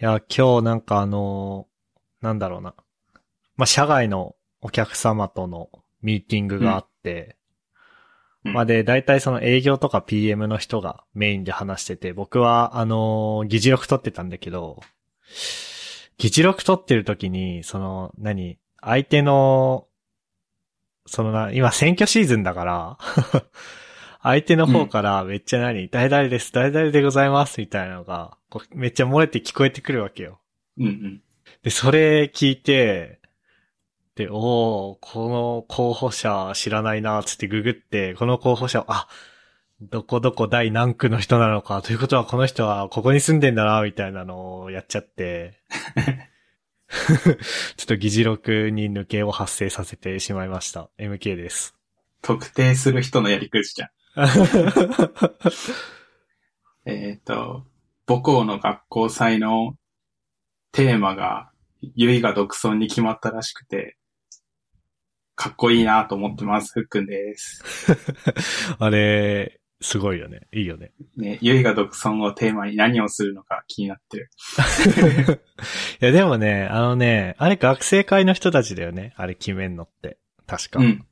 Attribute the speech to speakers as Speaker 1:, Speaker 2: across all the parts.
Speaker 1: いや、今日なんかあのーなんだろうな。まあ、社外のお客様とのミーティングがあって、
Speaker 2: うん
Speaker 1: まあ、で、大体その営業とか PM の人がメインで話してて、僕はあのー議事録取ってたんだけど、議事録取ってる時に、その、何、相手の、そのな、今選挙シーズンだから、 相手の方からめっちゃ何、誰々です、誰々でございます、みたいなのが、こうめっちゃ漏れて聞こえてくるわけよ。
Speaker 2: うんうん。
Speaker 1: で、それ聞いて、で、おー、この候補者知らないな、つってググって、この候補者、あ、どこどこ第何区の人なのか、ということはこの人はここに住んでんだな、みたいなのをやっちゃって、 ちょっと議事録に抜けを発生させてしまいました。MK です。
Speaker 2: 特定する人のやり口じゃん。えっ、と、母校の学校祭のテーマが、ゆいが独尊に決まったらしくて、かっこいいなと思ってます。ふっくんです。
Speaker 1: あれ、すごいよね。いいよね。
Speaker 2: ね、ゆいが独尊をテーマに何をするのか気になってる。
Speaker 1: いや、でもね、あのね、あれ学生会の人たちだよね。あれ決めんのって。確か。
Speaker 2: うん。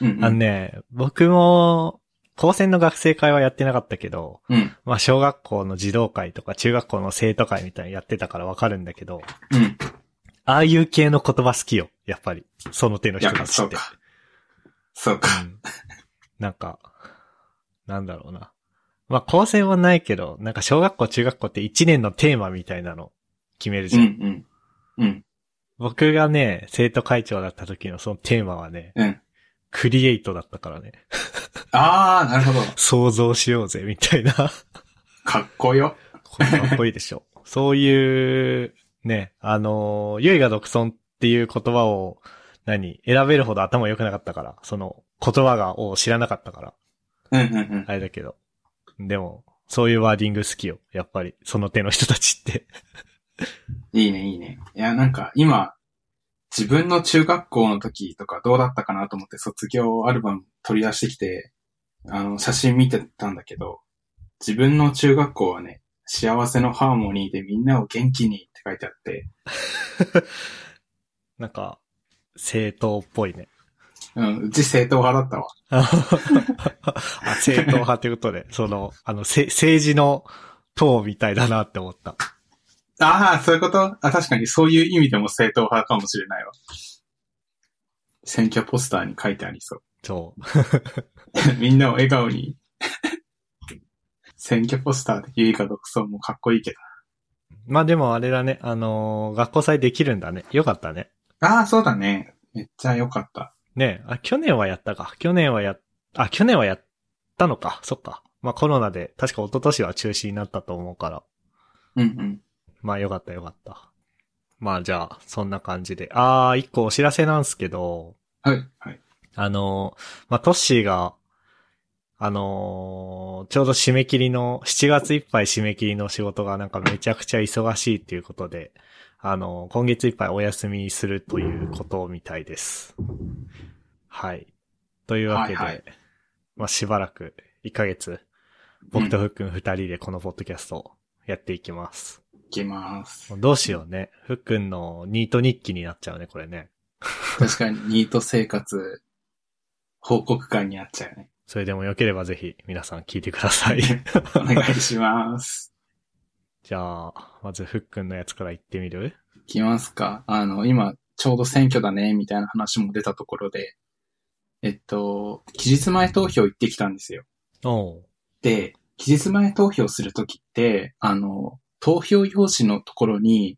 Speaker 2: うん、
Speaker 1: あのね、僕も、高専の学生会はやってなかったけど、
Speaker 2: うん。うん。
Speaker 1: まあ小学校の児童会とか中学校の生徒会みたいなのやってたからわかるんだけど、
Speaker 2: うん。
Speaker 1: ああいう系の言葉好きよ、やっぱり。その手の
Speaker 2: い
Speaker 1: 人
Speaker 2: や、
Speaker 1: たち
Speaker 2: そ
Speaker 1: っ
Speaker 2: う
Speaker 1: て。
Speaker 2: か。そうか。
Speaker 1: うんなんか、なんだろうな。まあ高専はないけど、なんか小学校中学校って1年のテーマみたいなの決めるじ
Speaker 2: う
Speaker 1: ゃ
Speaker 2: ん
Speaker 1: ん。
Speaker 2: うん。うん。
Speaker 1: 僕がね、生徒会長だった時のそのテーマはね、
Speaker 2: うん。
Speaker 1: クリエイトだったからね、
Speaker 2: あー、なるほど。
Speaker 1: 想像しようぜ、みたいな。
Speaker 2: かっこよ。
Speaker 1: これかっこいいでしょ。そう いう、ね、あのー、ゆいが独尊っていう言葉を、何選べるほど頭良くなかったから、その言葉が、を知らなかったから、
Speaker 2: うんうんうん。
Speaker 1: あれだけど。でも、そういうワーディング好きよ。やっぱり、その手の人たちって。
Speaker 2: いいね、いいね。いや、なんか今、自分の中学校の時とかどうだったかなと思って卒業アルバム取り出してきて、あの、写真見てたんだけど、自分の中学校はね、幸せのハーモニーでみんなを元気にって書いてあって、
Speaker 1: なんか、正当っぽいね。
Speaker 2: うん、うち正統派だったわ。
Speaker 1: あ、正当派ということで、その、あの、せ政治の党みたいだなって思った。
Speaker 2: ああ、そういうことあ、確かにそういう意味でも正統派かもしれないわ。選挙ポスターに書いてありそう。
Speaker 1: そう。
Speaker 2: みんなを笑顔に。 選挙ポスターでゆいか独尊もかっこいいけど
Speaker 1: まあでもあれだね、あのー学校祭できるんだね。よかったね。
Speaker 2: ああ、そうだね。めっちゃ良かった。
Speaker 1: ねえ、あ、去年はやったか。去年はやっ、あ、去年はやったのか。そっか。まあコロナで、確か一昨年は中止になったと思うから。
Speaker 2: うん
Speaker 1: まあよかったよかった。まあじゃあ、そんな感じで。あー、一個お知らせなんですけど、
Speaker 2: うん。はい、はい。
Speaker 1: あのーまあトッシーが、あのーちょうど締め切りの、7月いっぱい締め切りの仕事がなんかめちゃくちゃ忙しいということで、あのー今月いっぱいお休みするということみたいです。はい。というわけで、
Speaker 2: はいはい
Speaker 1: まあしばらく、1ヶ月、僕とふっくん2人でこのポッドキャストをやっていきます。
Speaker 2: いきます。
Speaker 1: どうしようね。ふっくんのニート日記になっちゃうね、これね。
Speaker 2: 確かに、ニート生活、報告会になっちゃうね。
Speaker 1: それでも良ければぜひ皆さん聞いてくだ さい。
Speaker 2: お願いし ます。
Speaker 1: じゃあ、まずふっくんのやつから言ってみる
Speaker 2: いきますか。あの、今、ちょうど選挙だね、みたいな話も出たところで、えっと、期日前投票行ってきたんですよ。
Speaker 1: おう。
Speaker 2: で、期日前投票するときって、あの、投票用紙のところに、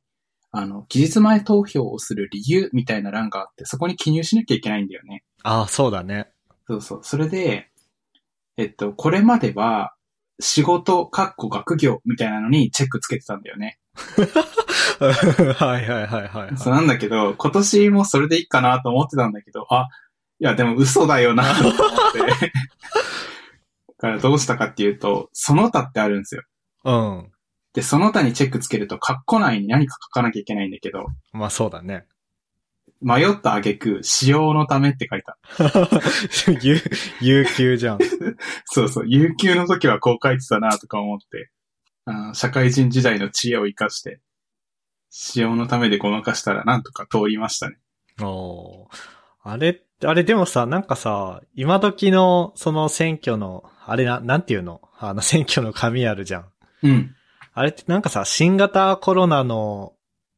Speaker 2: あの、期日前投票をする理由みたいな欄があって、そこに記入しなきゃいけないんだよね。
Speaker 1: ああ、そうだね。
Speaker 2: そうそう。それで、えっと、これまでは、仕事、かっこ学業みたいなのにチェックつけてたんだよね。
Speaker 1: はいはいはいはい、
Speaker 2: そう
Speaker 1: は
Speaker 2: なんだけど、今年もそれでいいかなと思ってたんだけど、あ、いやでも嘘だよなと思って。 だからどうしたかっていうと、その他ってあるんですよ。
Speaker 1: い。うん。
Speaker 2: で、その他にチェックつけると、カッコ内に何か書かなきゃいけないんだけど、
Speaker 1: まあそうだね。
Speaker 2: 迷った挙句、使用のためって書いた。
Speaker 1: 有、有給じゃん。
Speaker 2: そうそう、有給の時はこう書いてたなとか思って、あの社会人時代の知恵を活かして、使用のためでごまかしたらなんとか通りましたね。
Speaker 1: おーあれ、あれでもさ、なんかさ、今時のその選挙の、あれな、なんていうのあの選挙の紙あるじゃん。
Speaker 2: うん。
Speaker 1: あれってなんかさ、新型コロナの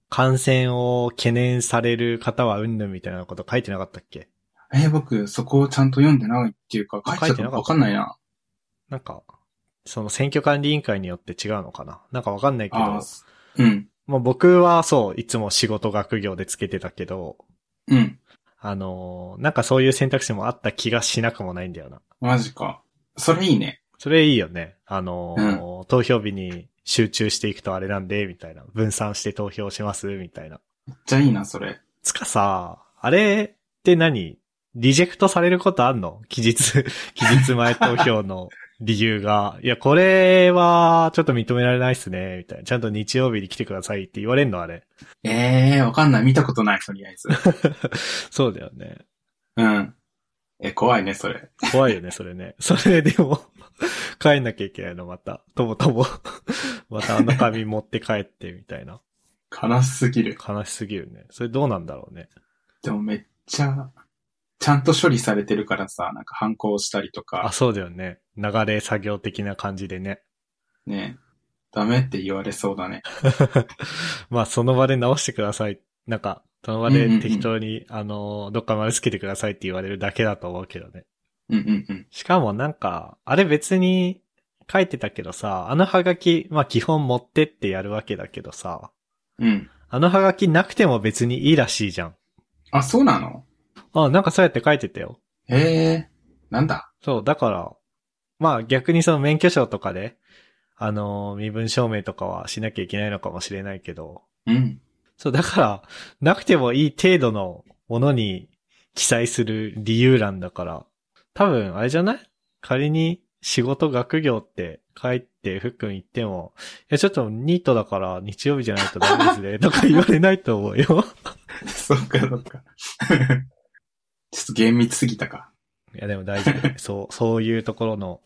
Speaker 1: 感染を懸念される方はうんぬんみたいなこと書いてなかったっけ
Speaker 2: えー僕、そこをちゃんと読んでないっていうか、書いてたかもわかんないな。
Speaker 1: なんか、その選挙管理委員会によって違うのかななんかわかんないけ
Speaker 2: ああ
Speaker 1: ど
Speaker 2: ー、、すうん。
Speaker 1: もう僕はそう、いつも仕事学業でつけてたけど、
Speaker 2: うん。
Speaker 1: あのーなんかそういう選択肢もあった気がしなくもないんだよな。
Speaker 2: マジか。それいいね。
Speaker 1: それいいよね。あのー投票日に集中していくとあれなんで、みたいな。分散して投票します、みたいな。
Speaker 2: めっちゃいいな、それ。
Speaker 1: つかさ、あれって何リジェクトされることあんの期日、 期日前投票の理由が。いや、これはちょっと認められないっすね、みたいな。ちゃんと日曜日に来てくださいって言われんのあれ。
Speaker 2: ええー、わかんない。見たことない、とりあえ ず。
Speaker 1: そうだよね。
Speaker 2: うん。えー、怖いね、それ。
Speaker 1: 怖いよね、それね。それでも、帰んなきゃいけないの、また。ともとも。またあの紙持って帰って、みたいな。
Speaker 2: 悲しすぎる。
Speaker 1: 悲しすぎるね。それどうなんだろうね。
Speaker 2: でもめっちゃ、ちゃんと処理されてるからさ、なんか反抗したりと
Speaker 1: あ、
Speaker 2: か、
Speaker 1: そうだよね。流れ作業的な感じでね。
Speaker 2: ね、ダメって言われそうだね。
Speaker 1: まあ、その場で直してください。なんか、その場で
Speaker 2: うんうんうん
Speaker 1: 適当に、あの、どっか丸つけてくださいって言われるだけだと思うけどね。
Speaker 2: うんうんうん。
Speaker 1: しかもなんか、あれ別に書いてたけどさ、あのハガキ、まあ基本持ってってやるわけだけどさ、
Speaker 2: うん。
Speaker 1: あのハガキなくても別にいいらしいじゃん。
Speaker 2: あ、そうなの
Speaker 1: あ、なんかそうやって書いてたよ。
Speaker 2: へえ、なんだ。
Speaker 1: そう、だから、まあ逆にその免許証とかで、あの、身分証明とかはしなきゃいけないのかもしれないけど、
Speaker 2: うん。
Speaker 1: そう、だから、なくてもいい程度のものに記載する理由欄だから、多分、あれじゃない仮に仕事学業って書いて、ふっくん言っても、いや、ちょっとニートだから日曜日じゃないとダメです ね、とか言われないと思うよ。
Speaker 2: そっかそっか。 ちょっと厳密すぎたか。
Speaker 1: いや、でも大事だよね。そう、そういうところの、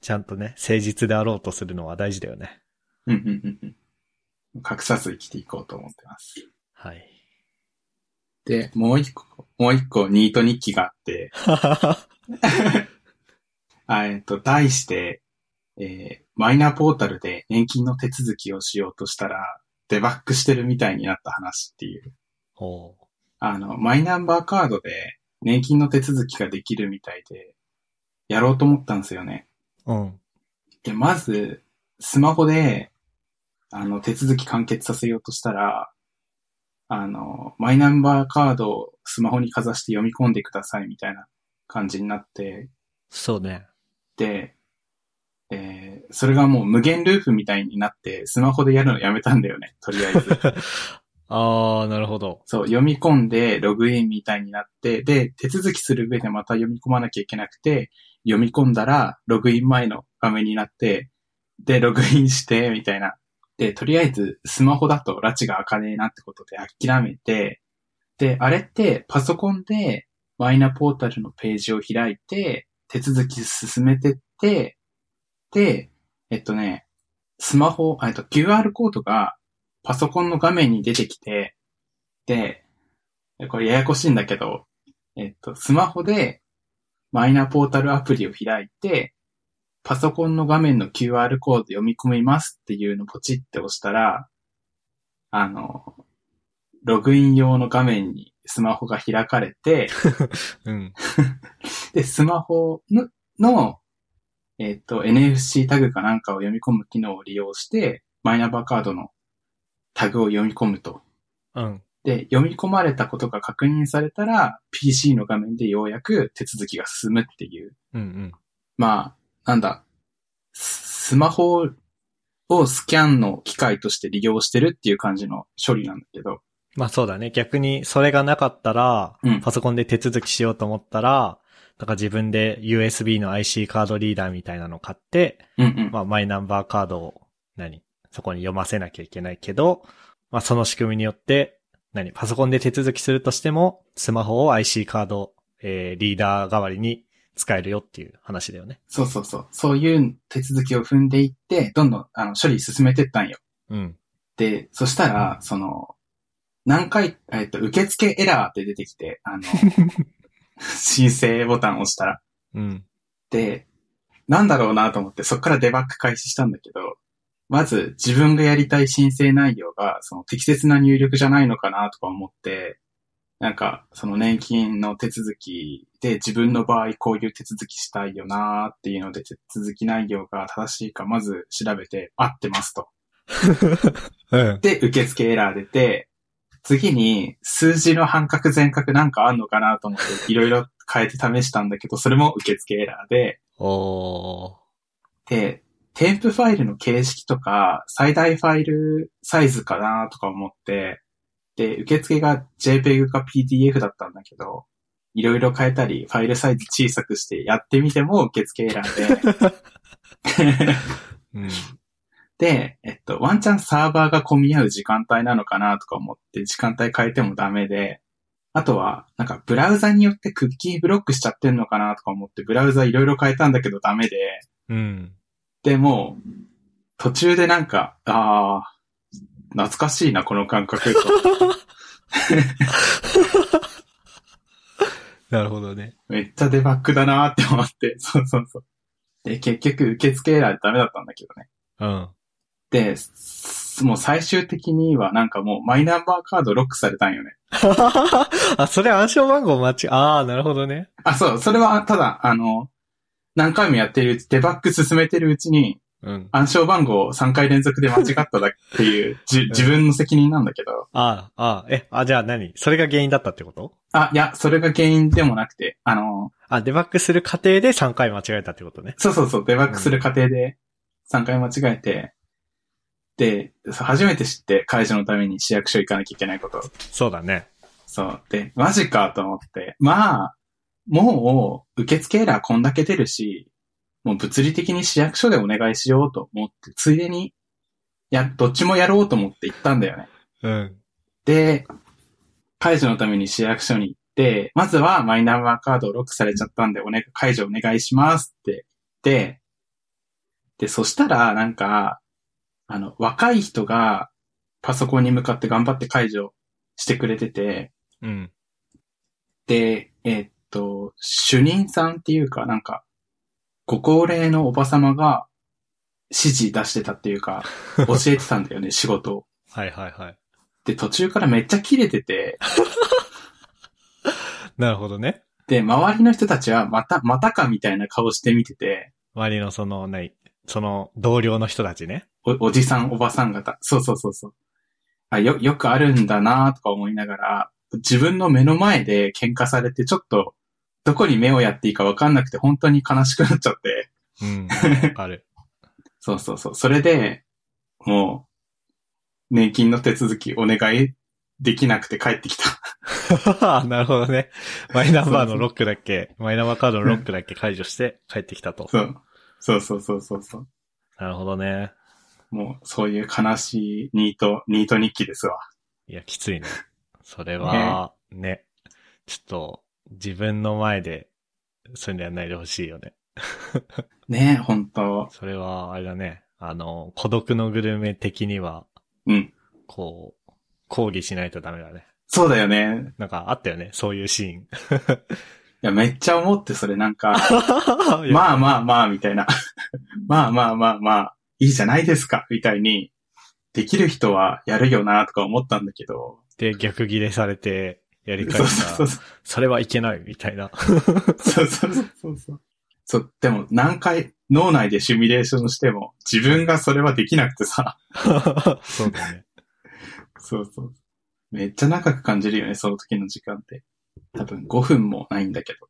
Speaker 1: ちゃんとね、誠実であろうとするのは大事だよね。
Speaker 2: うんうんうんうん。隠さず生きていこうと思ってます。
Speaker 1: はい。
Speaker 2: で、もう一個、もう一個ニート日記があって、あえっと、題して、えーマイナポータルで年金の手続きをしようとしたら、デバッグしてるみたいになった話っていう。
Speaker 1: おう
Speaker 2: あの、マイナンバーカードで年金の手続きができるみたいで、やろうと思ったんですよね。
Speaker 1: うん。
Speaker 2: で、まず、スマホで、あの、手続き完結させようとしたら、あの、マイナンバーカードをスマホにかざして読み込んでくださいみたいな感じになって、
Speaker 1: そうね。
Speaker 2: で、えーそれがもう無限ループみたいになって、スマホでやるのやめたんだよね、とりあえず。
Speaker 1: あー、なるほど。
Speaker 2: そう、読み込んで、ログインみたいになって、で、手続きする上でまた読み込まなきゃいけなくて、読み込んだら、ログイン前の画面になって、で、ログインして、みたいな。で、とりあえず、スマホだと拉致が開かねえなってことで諦めて、で、あれって、パソコンで、マイナポータルのページを開いて、手続き進めてって、で、えっとね、スマホ、あえっと、QR コードが、パソコンの画面に出てきて、で、これややこしいんだけど、えっと、スマホでマイナポータルアプリを開いて、パソコンの画面の QR コード読み込みますっていうのをポチって押したら、あの、ログイン用の画面にスマホが開かれて、
Speaker 1: うん。
Speaker 2: で、スマホの、のえっ、と、NFC タグかなんかを読み込む機能を利用して、マイナンバーカードのタグを読み込むと。
Speaker 1: うん。
Speaker 2: で、読み込まれたことが確認されたら、PC の画面でようやく手続きが進むっていう。
Speaker 1: うんうん。
Speaker 2: まあ、なんだ、ススマホをスキャンの機械として利用してるっていう感じの処理なんだけど。
Speaker 1: まあそうだね。逆にそれがなかったら、
Speaker 2: うん
Speaker 1: パソコンで手続きしようと思ったら、だから自分で USB の IC カードリーダーみたいなの買って、
Speaker 2: うんうん。
Speaker 1: まあマイナンバーカードを、何そこに読ませなきゃいけないけど、まあその仕組みによって、何パソコンで手続きするとしても、スマホを IC カード、えー、リーダー代わりに使えるよっていう話だよね。
Speaker 2: そうそうそう。そういう手続きを踏んでいって、どんどんあの処理進めてったんよ。
Speaker 1: うん。
Speaker 2: で、そしたら、その、何回、えっと、受付エラーって出てきて、 あの、申請ボタンを押したら。
Speaker 1: うん。
Speaker 2: で、なんだろうなと思って、そこからデバッグ開始したんだけど、まず自分がやりたい申請内容が、その適切な入力じゃないのかなとか思って、なんか、その年金の手続きで自分の場合こういう手続きしたいよなっていうので手続き内容が正しいかまず調べて合ってますと。
Speaker 1: うん。
Speaker 2: で、受付エラー出て、次に数字の半角全角なんかあんのかなと思っていろいろ変えて試したんだけど、それも受付エラーで、
Speaker 1: おー。
Speaker 2: で、添付ファイルの形式とか、最大ファイルサイズかなとか思って、で、受付が JPEG か PDF だったんだけど、いろいろ変えたり、ファイルサイズ小さくしてやってみても受付選んで、
Speaker 1: うん。
Speaker 2: で、えっと、ワンチャンサーバーが混み合う時間帯なのかなとか思って、時間帯変えてもダメで、あとは、なんか、ブラウザによってクッキーブロックしちゃってんのかなとか思って、ブラウザいろいろ変えたんだけどダメで、
Speaker 1: うん。
Speaker 2: でも、途中でなんか、ああ、懐かしいな、この感覚と。
Speaker 1: なるほどね。
Speaker 2: めっちゃデバッグだなーって思って。そうそうそう。で、結局、受付エラーでダメだったんだけどね。
Speaker 1: うん。
Speaker 2: で、すもう最終的にはなんかもうマイナンバーカードロックされたんよね。
Speaker 1: あ、それ暗証番号間違、ああ、なるほどね。
Speaker 2: あ、そう、それはただ、あの、何回もやってるうち、デバッグ進めてるうちに、
Speaker 1: うん。
Speaker 2: 暗証番号を3回連続で間違っただっていう、じ自分の責任なんだけど。
Speaker 1: ああ、ああ、え、あ、じゃあ何それが原因だったってこと
Speaker 2: あ、いや、それが原因でもなくて、あの、
Speaker 1: あ、デバッグする過程で3回間違えたってことね。
Speaker 2: そうそうそう、デバッグする過程で3回間違えて、で、そう初めて知って会社のために市役所行かなきゃいけないこと。
Speaker 1: そうだね。
Speaker 2: そう。で、マジかと思って。まあ、もう、受付エラーこんだけ出るし、もう物理的に市役所でお願いしようと思って、ついでに、や、どっちもやろうと思って行ったんだよね。
Speaker 1: うん。
Speaker 2: で、解除のために市役所に行って、まずはマイナンバーカードをロックされちゃったんで、おね、解除お願いしますって言って、で、そしたら、なんか、あの、若い人がパソコンに向かって頑張って解除してくれてて、
Speaker 1: うん。
Speaker 2: で、えーっと、主任さんっていうか、なんか、ご高齢のおば様が指示出してたっていうか、教えてたんだよね、仕事を。
Speaker 1: はいはいはい。
Speaker 2: で、途中からめっちゃ切れてて、
Speaker 1: なるほどね。
Speaker 2: で、周りの人たちはまた、またかみたいな顔して見てて、
Speaker 1: 周りのその、ない、その、同僚の人たちね。
Speaker 2: お、おじさん、おばさん方。そうそうそうそう。あ、よ、よくあるんだなとか思いながら、自分の目の前で喧嘩されて、ちょっと、どこに目をやっていいかわかんなくて、本当に悲しくなっちゃって。
Speaker 1: うん。わかる。
Speaker 2: そうそうそう。それで、もう、年金の手続きお願いできなくて帰ってきた。
Speaker 1: なるほどね。マイナンバーのロックだっけ、マイナンバーカードのロックだっけ解除して帰ってきた と。
Speaker 2: そう。そうそうそうそうそう。
Speaker 1: なるほどね。
Speaker 2: もう、そういう悲しいニート、ニート日記ですわ。
Speaker 1: いや、きついね。それは、ね。ちょっと、自分の前で、そういうのやんないでほしいよね。
Speaker 2: ねえ、本当
Speaker 1: それは、あれだね。あの、孤独のグルメ的には、
Speaker 2: うん。
Speaker 1: こう、抗議しないとダメだね。
Speaker 2: そうだよね。
Speaker 1: なんかあったよね、そういうシーン。
Speaker 2: いや、めっちゃ思って、それなんか、
Speaker 1: いや
Speaker 2: まあまあまあ、みたいな。 まあまあまあまあ、いいじゃないですか、みたいに、できる人はやるよな、とか思ったんだけど。
Speaker 1: で、逆ギレされて、やり返
Speaker 2: そう
Speaker 1: した
Speaker 2: そう
Speaker 1: ら、
Speaker 2: そう。
Speaker 1: それはいけない、みたい な。
Speaker 2: そうそうそうそうそう。そう、でも何回脳内でシミュレーションしても、自分がそれはできなくてさ。
Speaker 1: そうだね。
Speaker 2: そうそう。めっちゃ長く感じるよね、その時の時間って。多分5分もないんだけど。っ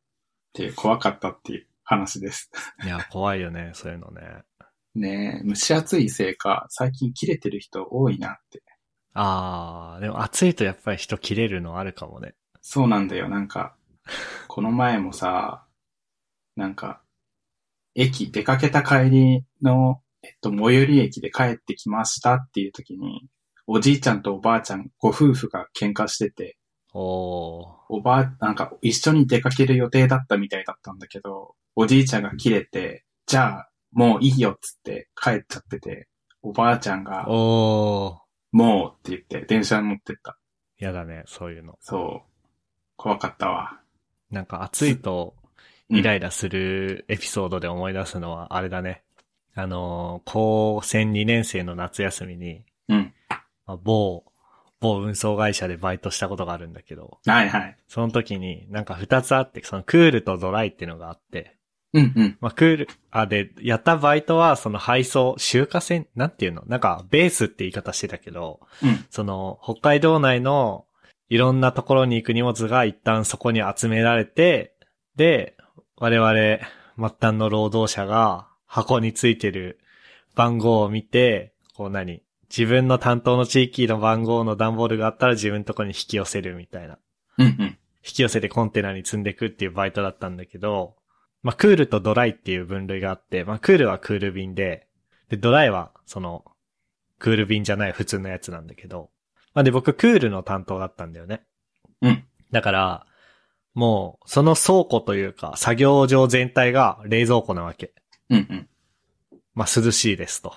Speaker 2: ていう、怖かったっていう話です。
Speaker 1: いや、怖いよね、そういうのね。
Speaker 2: ねえ、蒸し暑いせいか、最近切れてる人多いなって。
Speaker 1: あー、でも暑いとやっぱり人切れるのあるかもね。
Speaker 2: そうなんだよ、なんか、この前もさ、なんか、駅、出かけた帰りの、えっと、最寄り駅で帰ってきましたっていう時に、おじいちゃんとおばあちゃん、ご夫婦が喧嘩してて、
Speaker 1: おー。
Speaker 2: おばあ、なんか一緒に出かける予定だったみたいだったんだけど、おじいちゃんが切れて、じゃあ、もういいよっつって帰っちゃってて、おばあちゃんが、
Speaker 1: おー。
Speaker 2: もうって言って、電車に乗ってった。
Speaker 1: やだね、そういうの。
Speaker 2: そう。怖かったわ。
Speaker 1: なんか暑いと
Speaker 2: うん
Speaker 1: イライラするエピソードで思い出すのはあれだね。あのー、高専2年生の夏休みに、
Speaker 2: うん。
Speaker 1: まあ某、某運送会社でバイトしたことがあるんだけど、
Speaker 2: はいはい。
Speaker 1: その時になんか二つあって、そのクールとドライっていうのがあって、
Speaker 2: うんうん。
Speaker 1: まあクール、あ、で、やったバイトはその配送、集荷船、なんていうのなんかベースって言い方してたけど、
Speaker 2: うん
Speaker 1: その北海道内のいろんなところに行く荷物が一旦そこに集められて、で、我々末端の労働者が箱についてる番号を見て、こう何自分の担当の地域の番号の段ボールがあったら自分のとこに引き寄せるみたいな。
Speaker 2: うんうん。
Speaker 1: 引き寄せてコンテナに積んでいくっていうバイトだったんだけど、まあ、クールとドライっていう分類があって、まあ、クールはクール便で、で、ドライは、その、クール便じゃない普通のやつなんだけど、まあ、で、僕、クールの担当だったんだよね。
Speaker 2: うん。
Speaker 1: だから、もう、その倉庫というか、作業場全体が冷蔵庫なわけ。
Speaker 2: うんうん。
Speaker 1: まあ、涼しいですと。
Speaker 2: いい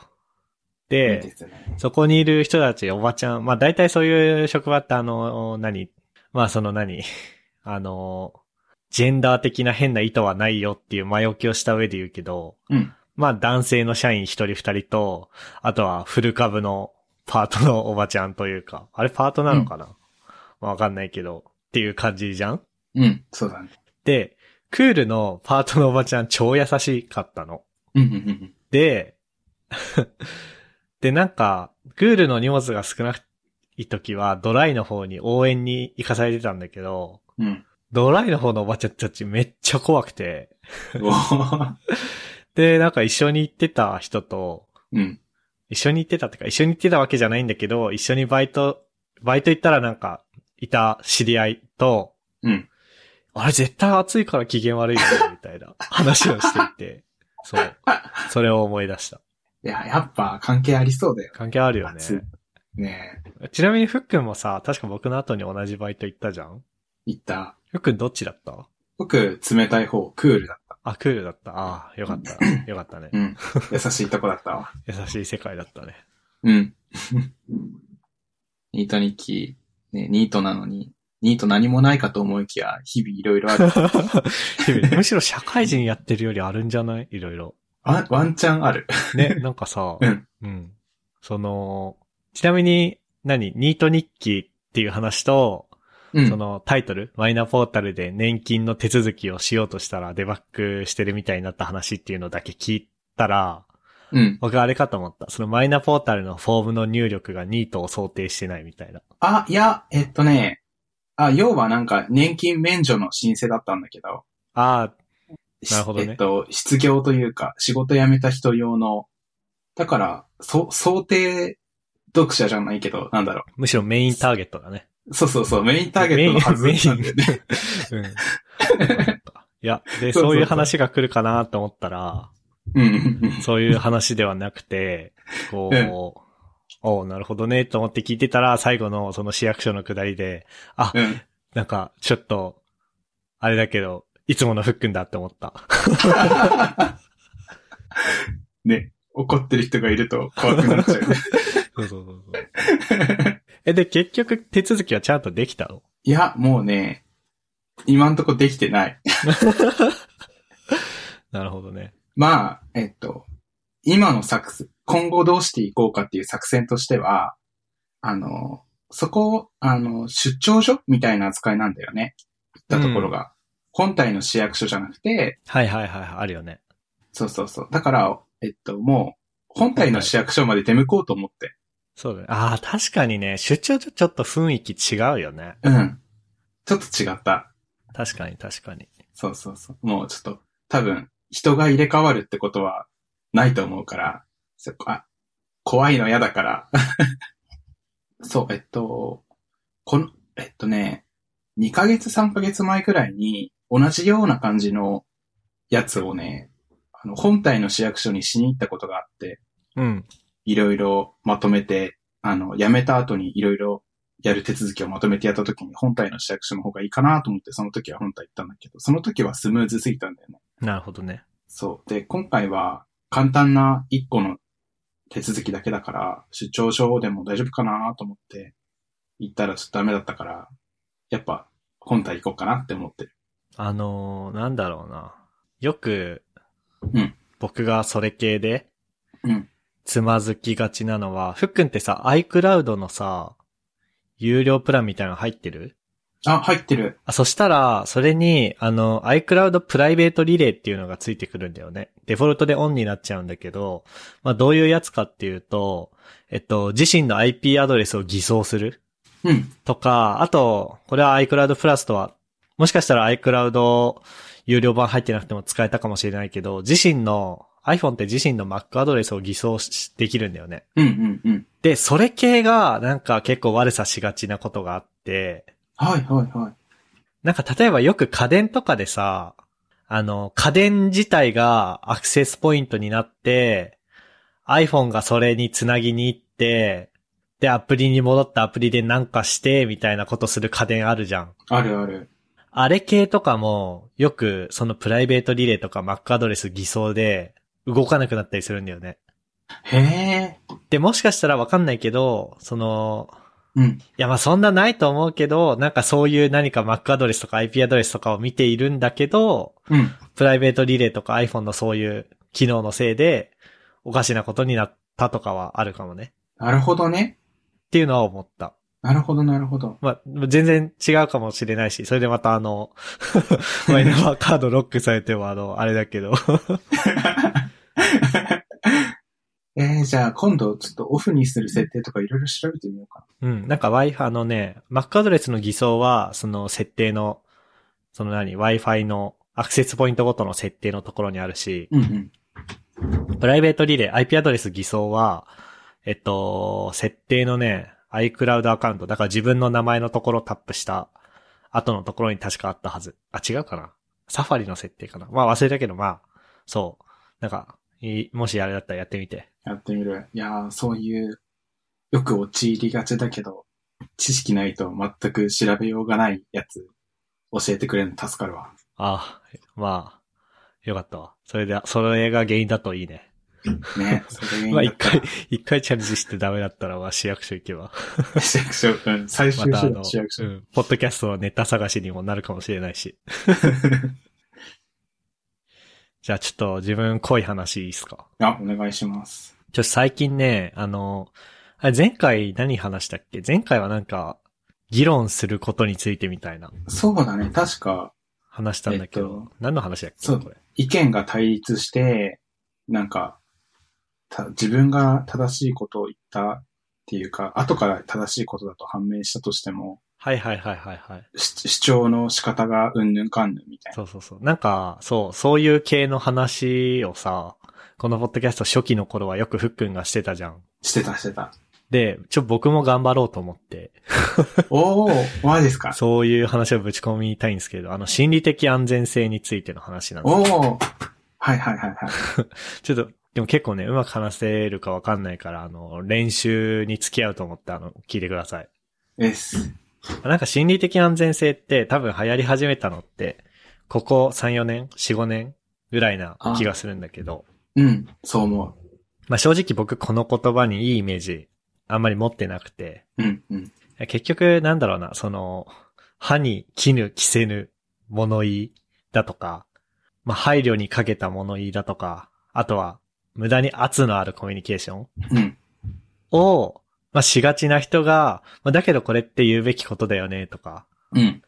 Speaker 1: で
Speaker 2: で、すね。
Speaker 1: そこにいる人たち、おばちゃん、まあ大体そういう職場ってあの、何まあその何 あの、ジェンダー的な変な意図はないよっていう前置きをした上で言うけど、
Speaker 2: うん。
Speaker 1: まあ男性の社員一人二人と、あとはフル株のパートのおばちゃんというか、あれパートなのかな、まあわかんないけど、っていう感じじゃん
Speaker 2: うん。そうだね。
Speaker 1: で、クールのパートのおばちゃん超優しかったの。
Speaker 2: うんうんうんうん。
Speaker 1: で、 で、なんか、クールの荷物が少ない時は、ドライの方に応援に行かされてたんだけど、
Speaker 2: うん。
Speaker 1: ドライの方のおばちゃんたちめっちゃ怖くて、
Speaker 2: おー
Speaker 1: で、なんか一緒に行ってた人と、
Speaker 2: うん。
Speaker 1: 一緒に行ってたってか、一緒に行ってたわけじゃないんだけど、一緒にバイト、バイト行ったらなんか、いた知り合いと、
Speaker 2: うん。
Speaker 1: あれ絶対暑いから機嫌悪いよね、みたいな話をしていて、そう。それを思い出した。
Speaker 2: いや、やっぱ関係ありそうだよ。
Speaker 1: 関係あるよね。
Speaker 2: 暑いねえ。
Speaker 1: ちなみにふっくんもさ、確か僕の後に同じバイト行ったじゃん
Speaker 2: 行った。
Speaker 1: ふっくんどっちだった
Speaker 2: 僕、冷たい方、クールだった。
Speaker 1: あ、クールだった。ああ、よか った。よかったね
Speaker 2: う。ん。優しいとこだったわ。
Speaker 1: 優しい世界だったね。
Speaker 2: うん。ニート日記、ね、ニートなのに、ニート何もないかと思いきや、日々いろいろあ る。
Speaker 1: 日々むしろ社会人やってるよりあるんじゃないいろいろ。
Speaker 2: ワンワンチャンある。
Speaker 1: ね、 なんかさ、
Speaker 2: うん。
Speaker 1: うん。その、ちなみに、何ニート日記っていう話と、
Speaker 2: うん。
Speaker 1: そのタイトル、マイナポータルで年金の手続きをしようとしたらデバッグしてるみたいになった話っていうのだけ聞いたら、
Speaker 2: うん。
Speaker 1: 僕あれかと思った。そのマイナポータルのフォームの入力がニートを想定してないみたいな。
Speaker 2: あ、いや、えっとね、あ、要はなんか、年金免除の申請だったんだけど、
Speaker 1: ああ、
Speaker 2: し
Speaker 1: なるほどね
Speaker 2: えっと、失業というか、仕事辞めた人用の、だから、そ、想定読者じゃないけど、なんだろ
Speaker 1: むしろメインターゲットだね。
Speaker 2: う。そうそうそう、メインターゲットのはず
Speaker 1: メイン
Speaker 2: なんだよね。
Speaker 1: うん。わかったいや、で、
Speaker 2: そうそうそう
Speaker 1: そういう話が来るかなと思ったら、
Speaker 2: うんうんうん。
Speaker 1: そういう話ではなくて、こう、
Speaker 2: うん
Speaker 1: おうなるほどね、と思って聞いてたら、最後のその市役所の下りで、あ、
Speaker 2: うん。
Speaker 1: なんか、ちょっと、あれだけど、いつものふっくんだって思った。
Speaker 2: ね、怒ってる人がいると怖くなっちゃうね。
Speaker 1: そうそうそうそう。え、で、結局手続きはちゃんとできたの
Speaker 2: いや、もうね、今んとこできてない。
Speaker 1: なるほどね。
Speaker 2: まあ、えっと、今の作戦、今後どうしていこうかっていう作戦としては、あの、そこを、あの、出張所みたいな扱いなんだよね。行ったところが。本体の市役所じゃなくて、
Speaker 1: はいはいはいはい、あるよね。
Speaker 2: そうそうそう。だから、えっと、もう、本体の市役所まで出向こうと思って。
Speaker 1: そうだね。ああ、確かにね、出張とちょっと雰囲気違うよね。
Speaker 2: うん。ちょっと違った。
Speaker 1: 確かに確かに。
Speaker 2: そうそうそう。もうちょっと、多分、人が入れ替わるってことはないと思うから、そこあ怖いの嫌だから。 そう、えっと、この、えっとね、2ヶ月3ヶ月前くらいに、同じような感じのやつをね、あの、本体の市役所にしに行ったことがあって、
Speaker 1: うん。
Speaker 2: いろいろまとめて、あの、辞めた後にいろいろやる手続きをまとめてやった時に本体の市役所の方がいいかなと思って、その時は本体行ったんだけど、その時はスムーズすぎたんだよね。
Speaker 1: なるほどね。
Speaker 2: そう。で、今回は簡単な一個の手続きだけだから、出張所でも大丈夫かなと思って、行ったらちょっとダメだったから、やっぱ本体行こうかなって思ってる。
Speaker 1: あのーなんだろうな。よく、
Speaker 2: うん
Speaker 1: 僕がそれ系で、
Speaker 2: うん
Speaker 1: つまずきがちなのは、ふっくんってさ、iCloud のさ、有料プランみたいなの入ってる
Speaker 2: あ、入ってる。
Speaker 1: あ、そしたら、それに、あの、iCloud プライベートリレーっていうのがついてくるんだよね。デフォルトでオンになっちゃうんだけど、まあ、どういうやつかっていうと、えっと、自身の IP アドレスを偽装する
Speaker 2: うん。
Speaker 1: とか、あと、これは iCloud プラスとは、もしかしたら iCloud 有料版入ってなくても使えたかもしれないけど、自身の、iPhone って自身の Mac アドレスを偽装しできるんだよね。
Speaker 2: うんうんうん。
Speaker 1: で、それ系がなんか結構悪さしがちなことがあって、
Speaker 2: はいはいはい。
Speaker 1: なんか例えばよく家電とかでさ、あの、家電自体がアクセスポイントになって、iPhone がそれにつなぎに行って、で、アプリに戻ったアプリでなんかして、みたいなことする家電あるじゃん。
Speaker 2: あるある。
Speaker 1: あれ系とかも、よくそのプライベートリレーとか Mac アドレス偽装で動かなくなったりするんだよね。
Speaker 2: へえ。
Speaker 1: で、もしかしたらわかんないけど、その、
Speaker 2: うん。
Speaker 1: いやまあそんなないと思うけど、なんかそういう何か Mac アドレスとか IP アドレスとかを見ているんだけど、
Speaker 2: うん。
Speaker 1: プライベートリレーとか iPhone のそういう機能のせいで、おかしなことになったとかはあるかもね。
Speaker 2: なるほどね。
Speaker 1: っていうのは思った。
Speaker 2: なるほどなるほど。
Speaker 1: まあ、全然違うかもしれないし、それでまたあの、マイナンバーカードロックされてもあの、あれだけど。
Speaker 2: えー、じゃあ今度ちょっとオフにする設定とかいろいろ調べてみようか
Speaker 1: うん。なんか Wi-Fi のね、Mac アドレスの偽装は、その設定の、その何、Wi-Fi のアクセスポイントごとの設定のところにあるし、
Speaker 2: な。うんうん。
Speaker 1: プライベートリレー、IP アドレス偽装は、えっと、設定のね、iCloud アカウント、だから自分の名前のところをタップした後のところに確かあったはず。あ、違うかなサファリの設定かなまあ忘れたけど、まあ、そう。なんか、いもしあれだったらやってみて。
Speaker 2: やってみる。いやー、そういう、よく陥りがちだけど、知識ないと全く調べようがないやつ、教えてくれるの助かるわ。
Speaker 1: ああ、まあ、よかったわ。それで、それが原因だといいね。
Speaker 2: ね。それがいいん
Speaker 1: まあ
Speaker 2: だ
Speaker 1: 一
Speaker 2: ったら
Speaker 1: 回、一回チャレンジしてダメだったら、まあ市役所行け ば。
Speaker 2: 市役所、うん、最終
Speaker 1: またあ
Speaker 2: 手
Speaker 1: の、
Speaker 2: 段市役所
Speaker 1: う。ん、ポッドキャストのネタ探しにもなるかもしれないし。じゃあちょっと自分濃い話いいっすか
Speaker 2: あ、お願いします。
Speaker 1: ちょっと最近ね、あの、あれ前回何話したっけ前回はなんか、議論することについてみたいな
Speaker 2: そうだね。確か、
Speaker 1: 話したんだけど、
Speaker 2: えっと
Speaker 1: 何の話だっけ
Speaker 2: そう
Speaker 1: これ。
Speaker 2: 意見が対立して、なんか、た自分が正しいことを言ったっていうか、後から正しいことだと判明したとしても、
Speaker 1: はいはいはいはいはい。
Speaker 2: し主張の仕方がうんぬんかんぬんみたいな。
Speaker 1: そうそうそう。なんか、そう、そういう系の話をさ、このポッドキャスト初期の頃はよくふっくんがしてたじゃん。
Speaker 2: してたし てた。
Speaker 1: で、ちょ、僕も頑張ろうと思って、
Speaker 2: おー、マジですか
Speaker 1: そういう話をぶち込みたいんですけど、あの、心理的安全性についての話なんです
Speaker 2: おー。はいはいはいはい。
Speaker 1: ちょっと、でも結構ね、うまく話せるかわかんないから、あの、練習に付き合うと思って、あの、聞いてください。
Speaker 2: です。
Speaker 1: なんか心理的安全性って多分流行り始めたのって、ここ3、4年 ?4、5年ぐらいな気がするんだけど、
Speaker 2: うん、そう思
Speaker 1: まあ正直僕この言葉にいいイメージ、あんまり持ってなくて、
Speaker 2: う。うん、うん。
Speaker 1: 結局なんだろうな、その、歯に絹着せぬ物言いだとか、まあ配慮にかけた物言いだとか、あとは無駄に圧のあるコミュニケーション
Speaker 2: うん、
Speaker 1: を、まあ、しがちな人が、まあ、だけどこれって言うべきことだよね、とか、
Speaker 2: うん、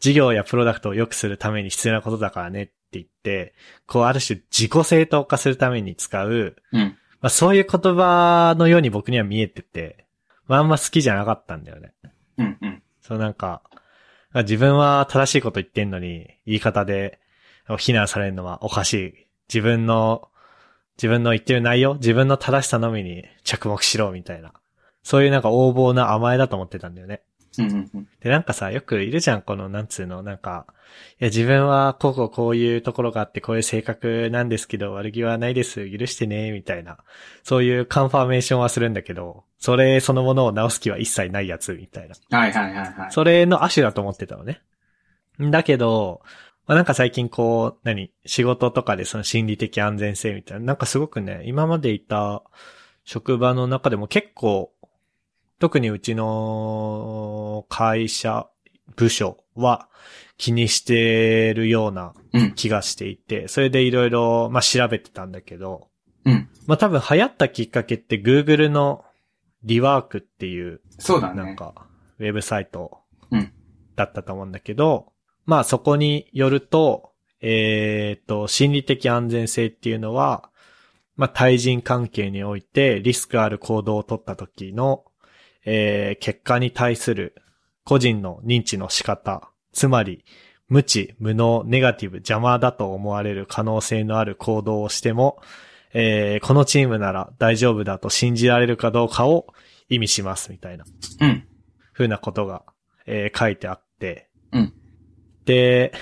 Speaker 1: 事業やプロダクトを良くするために必要なことだからねって言って、こうある種自己正当化するために使う、
Speaker 2: うん。
Speaker 1: まあ、そういう言葉のように僕には見えてて、まあ、あんま好きじゃなかったんだよね。
Speaker 2: うん、うん。
Speaker 1: そうなんか、まあ自分は正しいこと言ってんのに、言い方で非難されるのはおかしい。自分の、自分の言ってる内容、自分の正しさのみに着目しろ、みたいな。そういうなんか横暴な甘えだと思ってたんだよね。
Speaker 2: うん、うん、うん。
Speaker 1: で、なんかさ、よくいるじゃん、この、なんつうの、なんか、いや、自分は、こうこうこういうところがあって、こういう性格なんですけど、悪気はないです、許してね、みたいな。そういうカンファーメーションはするんだけど、それそのものを直す気は一切ないやつ、みたいな。
Speaker 2: はいはいはいはい。
Speaker 1: それの亜種だと思ってたのね。だけど、まあ、なんか最近こう、何仕事とかでその心理的安全性みたいな、なんかすごくね、今までいた職場の中でも結構、特にうちの会社、部署は気にしてるような
Speaker 2: うん。
Speaker 1: 気がしていて、それでいろいろ、まあ、調べてたんだけど、
Speaker 2: うん。
Speaker 1: まあ、多分流行ったきっかけって Google のリワークっていう、
Speaker 2: そうだね
Speaker 1: なんか、ウェブサイト
Speaker 2: うん
Speaker 1: だったと思うんだけど、まあ、そこによると、えーっと、心理的安全性っていうのは、まあ、対人関係においてリスクある行動を取った時の、えー結果に対する個人の認知の仕方、つまり、無知、無能、ネガティブ、邪魔だと思われる可能性のある行動をしても、えーこのチームなら大丈夫だと信じられるかどうかを意味します、みたいな、
Speaker 2: うん。
Speaker 1: ふうなことが、えー書いてあって。
Speaker 2: うん
Speaker 1: で、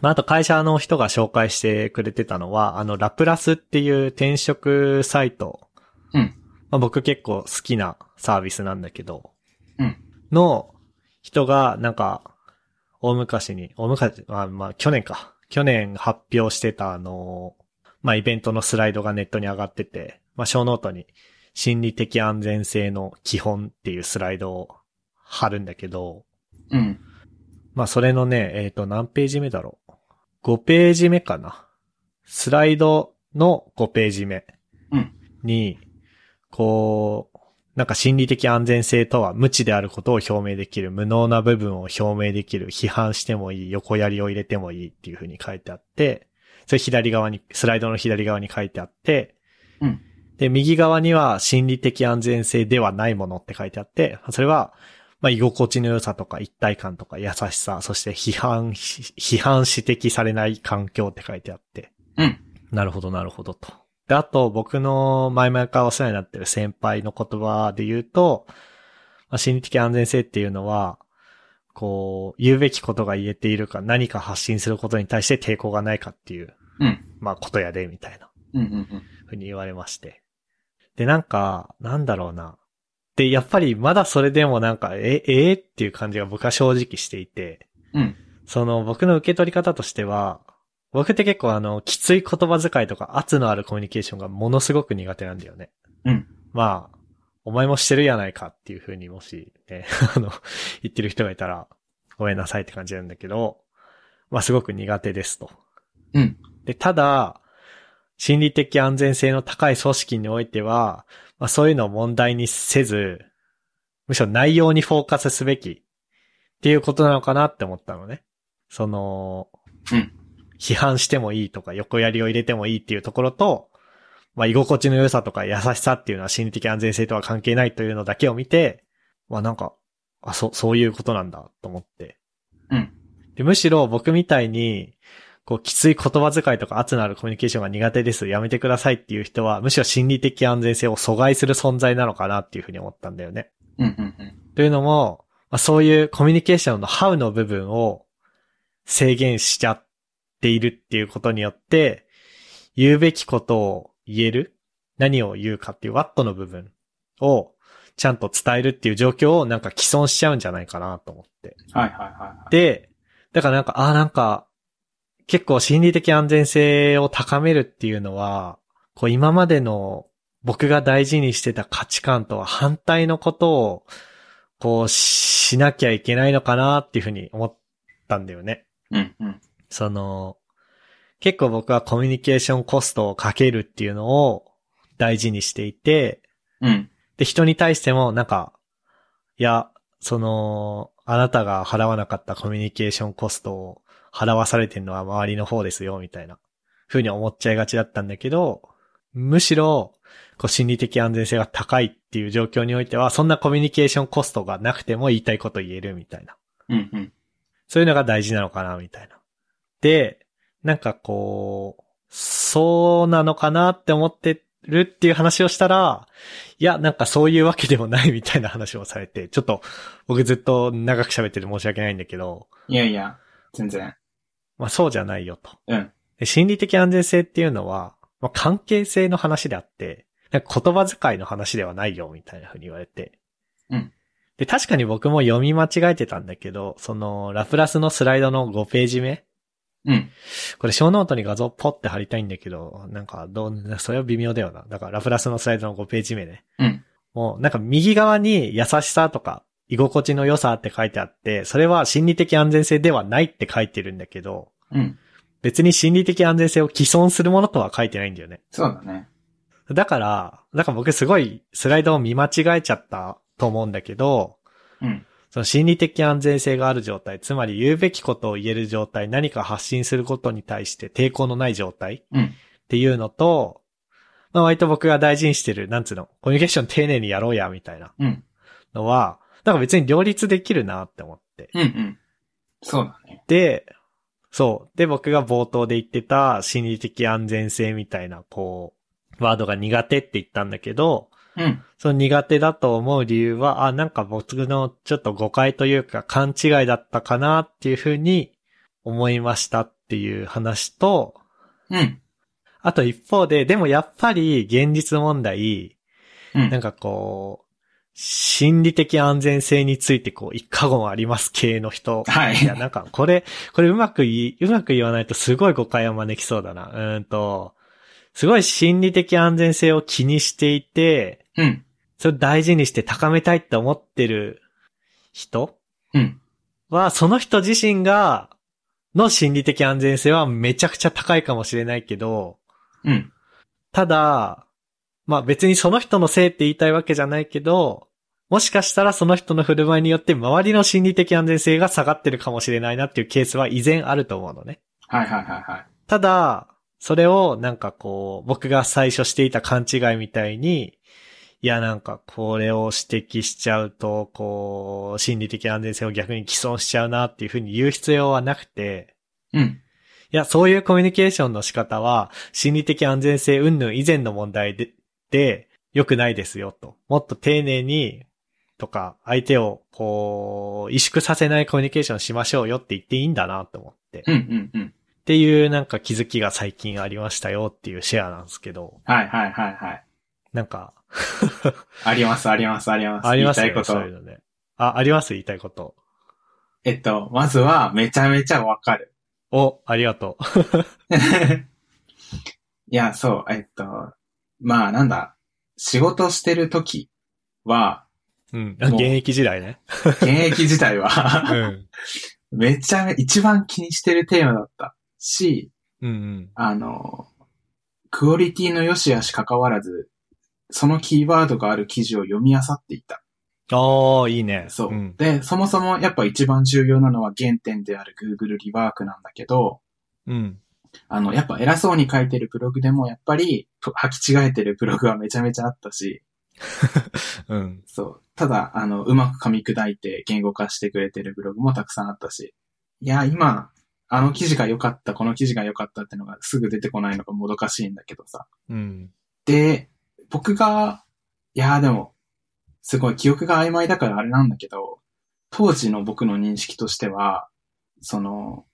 Speaker 1: まあ、あと会社の人が紹介してくれてたのは、あの、ラプラスっていう転職サイト。
Speaker 2: うん
Speaker 1: まあ、僕結構好きなサービスなんだけど。
Speaker 2: うん
Speaker 1: の人が、なんか、大昔に、大昔、まあ、まあ、去年か。去年発表してたあの、まあ、イベントのスライドがネットに上がってて、まあ、小ノートに心理的安全性の基本っていうスライドを貼るんだけど、
Speaker 2: うん。
Speaker 1: まあ、それのね、えっ、と、何ページ目だろう。5ページ目かな。スライドの5ページ目
Speaker 2: うん
Speaker 1: に、こう、なんか心理的安全性とは無知であることを表明できる、無能な部分を表明できる、批判してもいい、横槍を入れてもいいっていう風に書いてあって、それ左側に、スライドの左側に書いてあって、
Speaker 2: うん
Speaker 1: で、右側には心理的安全性ではないものって書いてあって、それはまあ、居心地の良さとか一体感とか優しさ、そして批判、ひ批判指摘されない環境って書いてあって。
Speaker 2: うん。
Speaker 1: なるほど、なるほどと。で、あと、僕の前々からお世話になってる先輩の言葉で言うと、まあ、心理的安全性っていうのは、こう、言うべきことが言えているか、何か発信することに対して抵抗がないかっていう、
Speaker 2: うん。
Speaker 1: まあ、ことやで、みたいな。
Speaker 2: うん。うん。
Speaker 1: ふうに言われまして。で、なんか、なんだろうな。で、やっぱりまだそれでもなんか、え、えーっていう感じが僕は正直していて、
Speaker 2: うん。
Speaker 1: その僕の受け取り方としては、僕って結構あの、きつい言葉遣いとか圧のあるコミュニケーションがものすごく苦手なんだよね。
Speaker 2: うん。
Speaker 1: まあ、お前もしてるやないかっていうふうにもしね、 あの、言ってる人がいたら、ごめんなさいって感じなんだけど、まあすごく苦手ですと。
Speaker 2: うん。
Speaker 1: で、ただ、心理的安全性の高い組織においては、まあ、そういうのを問題にせず、むしろ内容にフォーカスすべきっていうことなのかなって思ったのね。その、
Speaker 2: うん
Speaker 1: 批判してもいいとか、横槍を入れてもいいっていうところと、まあ、居心地の良さとか優しさっていうのは心理的安全性とは関係ないというのだけを見て、まあなんか、あ、そ、そういうことなんだと思って。
Speaker 2: うん。
Speaker 1: で、むしろ僕みたいに、こう、きつい言葉遣いとか圧のあるコミュニケーションが苦手です。やめてくださいっていう人は、むしろ心理的安全性を阻害する存在なのかなっていうふうに思ったんだよね。
Speaker 2: うん。うん。
Speaker 1: というのも、まあ、そういうコミュニケーションのハウの部分を制限しちゃっているっていうことによって、言うべきことを言える何を言うかっていうワットの部分をちゃんと伝えるっていう状況をなんか既存しちゃうんじゃないかなと思って。
Speaker 2: はいはいはい。
Speaker 1: で、だからなんか、ああ、なんか、結構心理的安全性を高めるっていうのは、こう今までの僕が大事にしてた価値観とは反対のことを、こうしなきゃいけないのかなっていうふうに思ったんだよね。
Speaker 2: うん。うん。
Speaker 1: その、結構僕はコミュニケーションコストをかけるっていうのを大事にしていて、
Speaker 2: うん。
Speaker 1: で、人に対してもなんか、いや、その、あなたが払わなかったコミュニケーションコストを払わされてるのは周りの方ですよ、みたいな、ふうに思っちゃいがちだったんだけど、むしろ、こう心理的安全性が高いっていう状況においては、そんなコミュニケーションコストがなくても言いたいこと言えるみたいな。
Speaker 2: うん。うん。
Speaker 1: そういうのが大事なのかな、みたいな。で、なんかこう、そうなのかなって思ってるっていう話をしたら、いや、なんかそういうわけでもないみたいな話をされて、ちょっと僕ずっと長く喋ってて申し訳ないんだけど、
Speaker 2: いやいや、全然。
Speaker 1: まあそうじゃないよと。
Speaker 2: うん。
Speaker 1: で心理的安全性っていうのは、まあ、関係性の話であって、なんか言葉遣いの話ではないよ、みたいな風に言われて。
Speaker 2: うん。
Speaker 1: で、確かに僕も読み間違えてたんだけど、その、ラプラスのスライドの5ページ目
Speaker 2: うん。
Speaker 1: これ小ノートに画像ポッて貼りたいんだけど、なんかどう、それは微妙だよな。だからラフラスのスライドの5ページ目ね。
Speaker 2: うん。
Speaker 1: もうなんか右側に優しさとか居心地の良さって書いてあって、それは心理的安全性ではないって書いてるんだけど、
Speaker 2: うん。
Speaker 1: 別に心理的安全性を既存するものとは書いてないんだよね。
Speaker 2: そうだね。
Speaker 1: だから、だから僕すごいスライドを見間違えちゃったと思うんだけど、
Speaker 2: うん。
Speaker 1: その心理的安全性がある状態、つまり言うべきことを言える状態、何か発信することに対して抵抗のない状態
Speaker 2: うん。
Speaker 1: っていうのと、まあ割と僕が大事にしてる、なんつうの、コミュニケーション丁寧にやろうや、みたいな
Speaker 2: うん。
Speaker 1: のは、なんか別に両立できるなって思って。
Speaker 2: うん。うん。そうだね。
Speaker 1: で、そう。で、僕が冒頭で言ってた心理的安全性みたいな、こう、ワードが苦手って言ったんだけど、
Speaker 2: うん。
Speaker 1: その苦手だと思う理由は、あ、なんか僕のちょっと誤解というか勘違いだったかなっていうふうに思いましたっていう話と、
Speaker 2: うん。
Speaker 1: あと一方で、でもやっぱり現実問題、
Speaker 2: う ん。
Speaker 1: なんかこう、心理的安全性についてこう、一過言あります系の人。
Speaker 2: はい
Speaker 1: や、なんかこれ、これうまくい、うまく言わないとすごい誤解を招きそうだな。うーんと、すごい心理的安全性を気にしていて、
Speaker 2: うん。
Speaker 1: それを大事にして高めたいって思ってる人
Speaker 2: うん。
Speaker 1: は、その人自身が、の心理的安全性はめちゃくちゃ高いかもしれないけど、
Speaker 2: うん。
Speaker 1: ただ、まあ別にその人のせいって言いたいわけじゃないけど、もしかしたらその人の振る舞いによって周りの心理的安全性が下がってるかもしれないなっていうケースは依然あると思うのね。
Speaker 2: はいはいはいはい。
Speaker 1: ただ、それをなんかこう、僕が最初していた勘違いみたいに、いやなんかこれを指摘しちゃうと、こう、心理的安全性を逆に既存しちゃうなっていうふうに言う必要はなくて、
Speaker 2: うん。
Speaker 1: いや、そういうコミュニケーションの仕方は、心理的安全性云々以前の問題で、で、良くないですよと。もっと丁寧に、とか、相手を、こう、萎縮させないコミュニケーションしましょうよって言っていいんだなと思って。
Speaker 2: うん。うん。うん。
Speaker 1: っていうなんか気づきが最近ありましたよっていうシェアなんですけど、
Speaker 2: はいはいはいはい。
Speaker 1: なんか、
Speaker 2: ありますありますあります。
Speaker 1: あります
Speaker 2: 言
Speaker 1: よ
Speaker 2: いたいこ
Speaker 1: そ
Speaker 2: と
Speaker 1: ういう。のね。あ、あります言いたいこと。
Speaker 2: えっと、まずは、めちゃめちゃわかる。
Speaker 1: お、ありがとう。
Speaker 2: いや、そう、えっと、まあ、なんだ、仕事してる時は、
Speaker 1: うん。
Speaker 2: もう
Speaker 1: 現役時代 ね。
Speaker 2: 現役時代
Speaker 1: う
Speaker 2: は、
Speaker 1: ん。
Speaker 2: めちゃめ、一番気にしてるテーマだったし、
Speaker 1: うんうん。
Speaker 2: あの、クオリティの良し悪し関わらず、そのキーワードがある記事を読み漁っていた。
Speaker 1: ああ、いいね。
Speaker 2: そう。
Speaker 1: ん、
Speaker 2: で、そもそもやっぱ一番重要なのは原点である Google リワークなんだけど、
Speaker 1: うん。
Speaker 2: あの、やっぱ偉そうに書いてるブログでも、やっぱり、と履き違えてるブログはめちゃめちゃあったし、
Speaker 1: うん。
Speaker 2: そう。ただ、あの、うまく噛み砕いて言語化してくれてるブログもたくさんあったし、いや、今、あの記事が良かった、この記事が良かったってのがすぐ出てこないのがもどかしいんだけどさ。
Speaker 1: うん。
Speaker 2: で、僕が、いや、でも、すごい記憶が曖昧だからあれなんだけど、当時の僕の認識としては、その、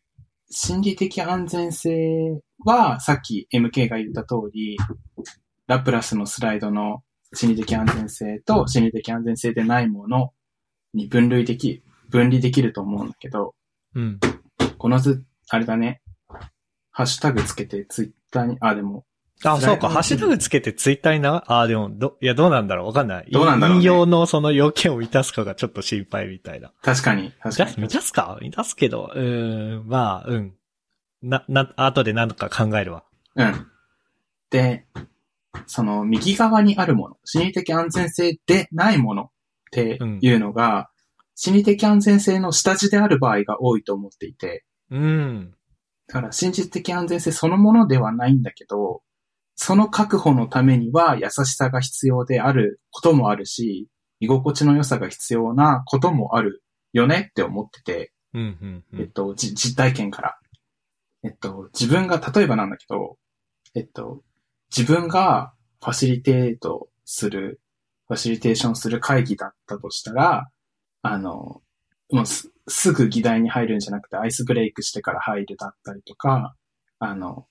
Speaker 2: 心理的安全性は、さっき MK が言った通り、ラプラスのスライドの心理的安全性と心理的安全性でないものに分類でき、分離できると思うんだけど、
Speaker 1: うん。
Speaker 2: この図、あれだね、ハッシュタグつけてツイッターに、あ、でも、
Speaker 1: あ、そうか。
Speaker 2: うん
Speaker 1: ハッシュタグつけてツイッターにな、ああ、でも、ど、いや、どうなんだろうわかんない。
Speaker 2: どうなんだろうね
Speaker 1: 引用のその要件を満たすかがちょっと心配みたいな。
Speaker 2: 確かに、確かに。
Speaker 1: 満たすか満たすけど、うーん、まあ、うん。な、な、後で何とか考えるわ。
Speaker 2: うん。で、その右側にあるもの、心理的安全性でないものっていうのが、心理的安全性の下地である場合が多いと思っていて、
Speaker 1: うん。
Speaker 2: だから心理的安全性そのものではないんだけど、その確保のためには優しさが必要であることもあるし、居心地の良さが必要なこともあるよねって思ってて、
Speaker 1: うん、うん、う
Speaker 2: えっ
Speaker 1: ん。
Speaker 2: と、じ実体験から。えっと、自分が、例えばなんだけど、えっと、自分がファシリテートする、ファシリテーションする会議だったとしたら、あの、もうすすぐ議題に入るんじゃなくてアイスブレイクしてから入るだったりとか、あの、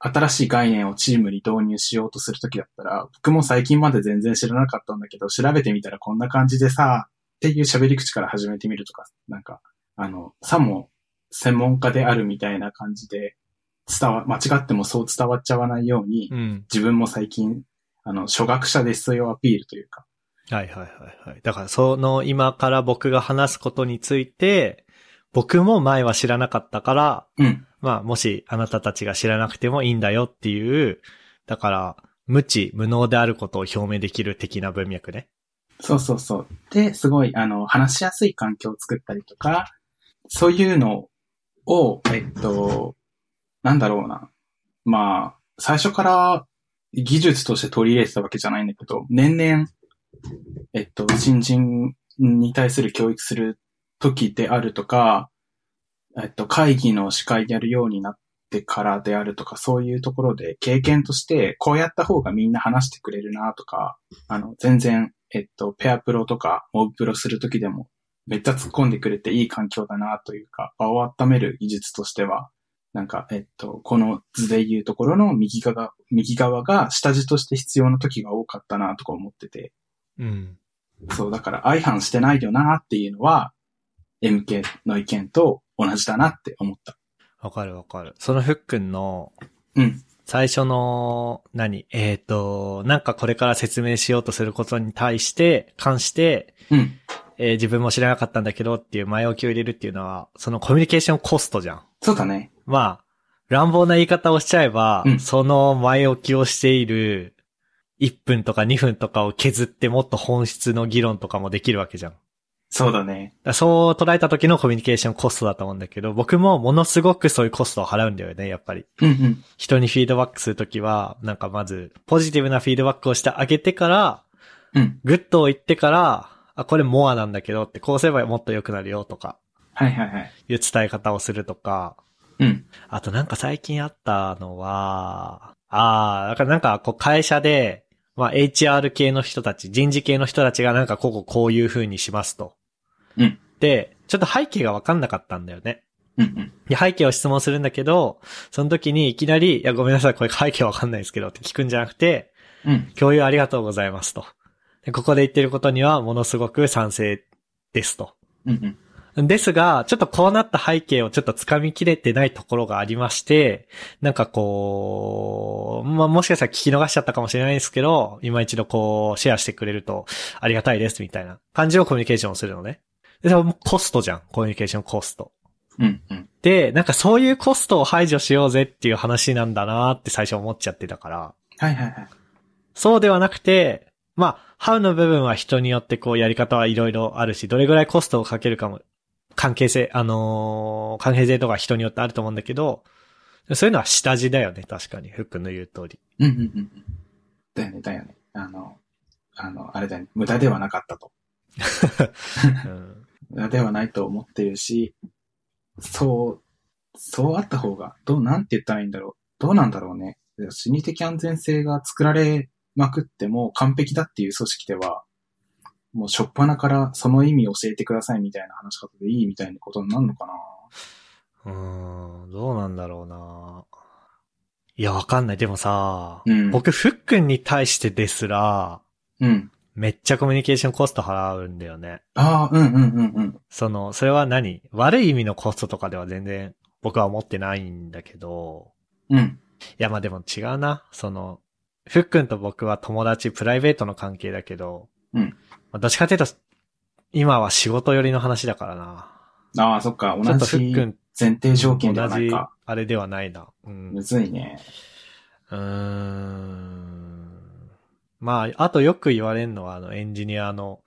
Speaker 2: 新しい概念をチームに導入しようとするときだったら、僕も最近まで全然知らなかったんだけど、調べてみたらこんな感じでさ、っていう喋り口から始めてみるとか、なんか、あの、さも専門家であるみたいな感じで、伝わ、間違ってもそう伝わっちゃわないように、
Speaker 1: うん。
Speaker 2: 自分も最近、あの、初学者ですよアピールというか、
Speaker 1: はいはいはいはい。だからその今から僕が話すことについて、僕も前は知らなかったから、
Speaker 2: うん。
Speaker 1: まあもしあなたたちが知らなくてもいいんだよっていう、だから無知無能であることを表明できる的な文脈ね。
Speaker 2: そうそうそう。で、すごい、あの、話しやすい環境を作ったりとか、そういうのを、えっと、なんだろうな。まあ、最初から技術として取り入れてたわけじゃないんだけど、年々、えっと、新人に対する教育する時であるとか、えっと、会議の司会やるようになってからであるとか、そういうところで経験として、こうやった方がみんな話してくれるなとか、あの、全然、えっと、ペアプロとか、モブプロするときでも、めっちゃ突っ込んでくれていい環境だなというか、場を温める技術としては、なんか、えっと、この図で言うところの右側、右側が下地として必要な時が多かったなとか思ってて、
Speaker 1: うん。
Speaker 2: そう、だから相反してないよなっていうのは、MK の意見と同じだなって思った。
Speaker 1: わかるわかる。そのふっくんの
Speaker 2: うん。
Speaker 1: 最初の、何えっ、と、なんかこれから説明しようとすることに対して、関して、
Speaker 2: うん。
Speaker 1: えー自分も知らなかったんだけどっていう前置きを入れるっていうのは、そのコミュニケーションコストじゃん。
Speaker 2: そうだね。
Speaker 1: まあ、乱暴な言い方をしちゃえば、
Speaker 2: うん
Speaker 1: その前置きをしている1分とか2分とかを削ってもっと本質の議論とかもできるわけじゃん。だか
Speaker 2: そうだね。
Speaker 1: らそう捉えた時のコミュニケーションコストだと思うんだけど、僕もものすごくそういうコストを払うんだよね、やっぱり。
Speaker 2: うんうん。
Speaker 1: 人にフィードバックするときは、なんかまず、ポジティブなフィードバックをしてあげてから、
Speaker 2: うん。
Speaker 1: グッドを言ってから、あ、これモアなんだけどって、こうすればもっと良くなるよとか、
Speaker 2: はいはいはい。
Speaker 1: いう伝え方をするとか、
Speaker 2: うん。
Speaker 1: あとなんか最近あったのは、ああ、だからなんかこう会社で、まあ HR 系の人たち、人事系の人たちがなんかこここういう風にしますと。
Speaker 2: うん。
Speaker 1: で、ちょっと背景がわかんなかったんだよね。
Speaker 2: うんうん。
Speaker 1: で、背景を質問するんだけど、その時にいきなり、いやごめんなさい、これ背景わかんないですけどって聞くんじゃなくて、
Speaker 2: うん。
Speaker 1: 共有ありがとうございますと。でここで言ってることにはものすごく賛成ですと。
Speaker 2: うんうん。
Speaker 1: ですが、ちょっとこうなった背景をちょっと掴みきれてないところがありまして、なんかこう、まあ、もしかしたら聞き逃しちゃったかもしれないですけど、今一度こう、シェアしてくれるとありがたいですみたいな感じをコミュニケーションするのね。で、それもコストじゃん。コミュニケーションコスト。
Speaker 2: うんうん。
Speaker 1: で、なんかそういうコストを排除しようぜっていう話なんだなって最初思っちゃってたから、
Speaker 2: はいはいはい。
Speaker 1: そうではなくて、まあ、ハウの部分は人によってこうやり方はいろいろあるし、どれぐらいコストをかけるかも、関係性、あのー関係性とか人によってあると思うんだけど、そういうのは下地だよね、確かに。フックの言う通り。
Speaker 2: うんうんうんうん。だよね、だよね。あの、あの、あれだよね。無駄ではなかったと。
Speaker 1: うん。
Speaker 2: 無駄ではないと思ってるし、そう、そうあった方が、どう、なんて言ったらいいんだろう。どうなんだろうね。心理的安全性が作られまくっても完璧だっていう組織では、もうしょっぱなからその意味教えてくださいみたいな話し方でいいみたいなことになるのかな
Speaker 1: うーん、どうなんだろうな。いや、わかんない。でもさ、
Speaker 2: うん
Speaker 1: 僕、フックに対してですら、
Speaker 2: うん。
Speaker 1: めっちゃコミュニケーションコスト払うんだよね。
Speaker 2: ああ、うんうんうんうん。
Speaker 1: その、それは何悪い意味のコストとかでは全然僕は思ってないんだけど、
Speaker 2: うん。
Speaker 1: いやまあでも違うな。その、ふっくんと僕は友達、プライベートの関係だけど、
Speaker 2: うん
Speaker 1: まあどっちかというと、今は仕事寄りの話だからな。
Speaker 2: ああ、そっか。
Speaker 1: ちょ
Speaker 2: 同
Speaker 1: っとふっ
Speaker 2: じ
Speaker 1: くん、
Speaker 2: 前提条件では
Speaker 1: 同
Speaker 2: ない
Speaker 1: じ
Speaker 2: か。、
Speaker 1: あれではないな。うん。
Speaker 2: むずいね。
Speaker 1: うーんまあ、あとよく言われるのは、あの、エンジニアの、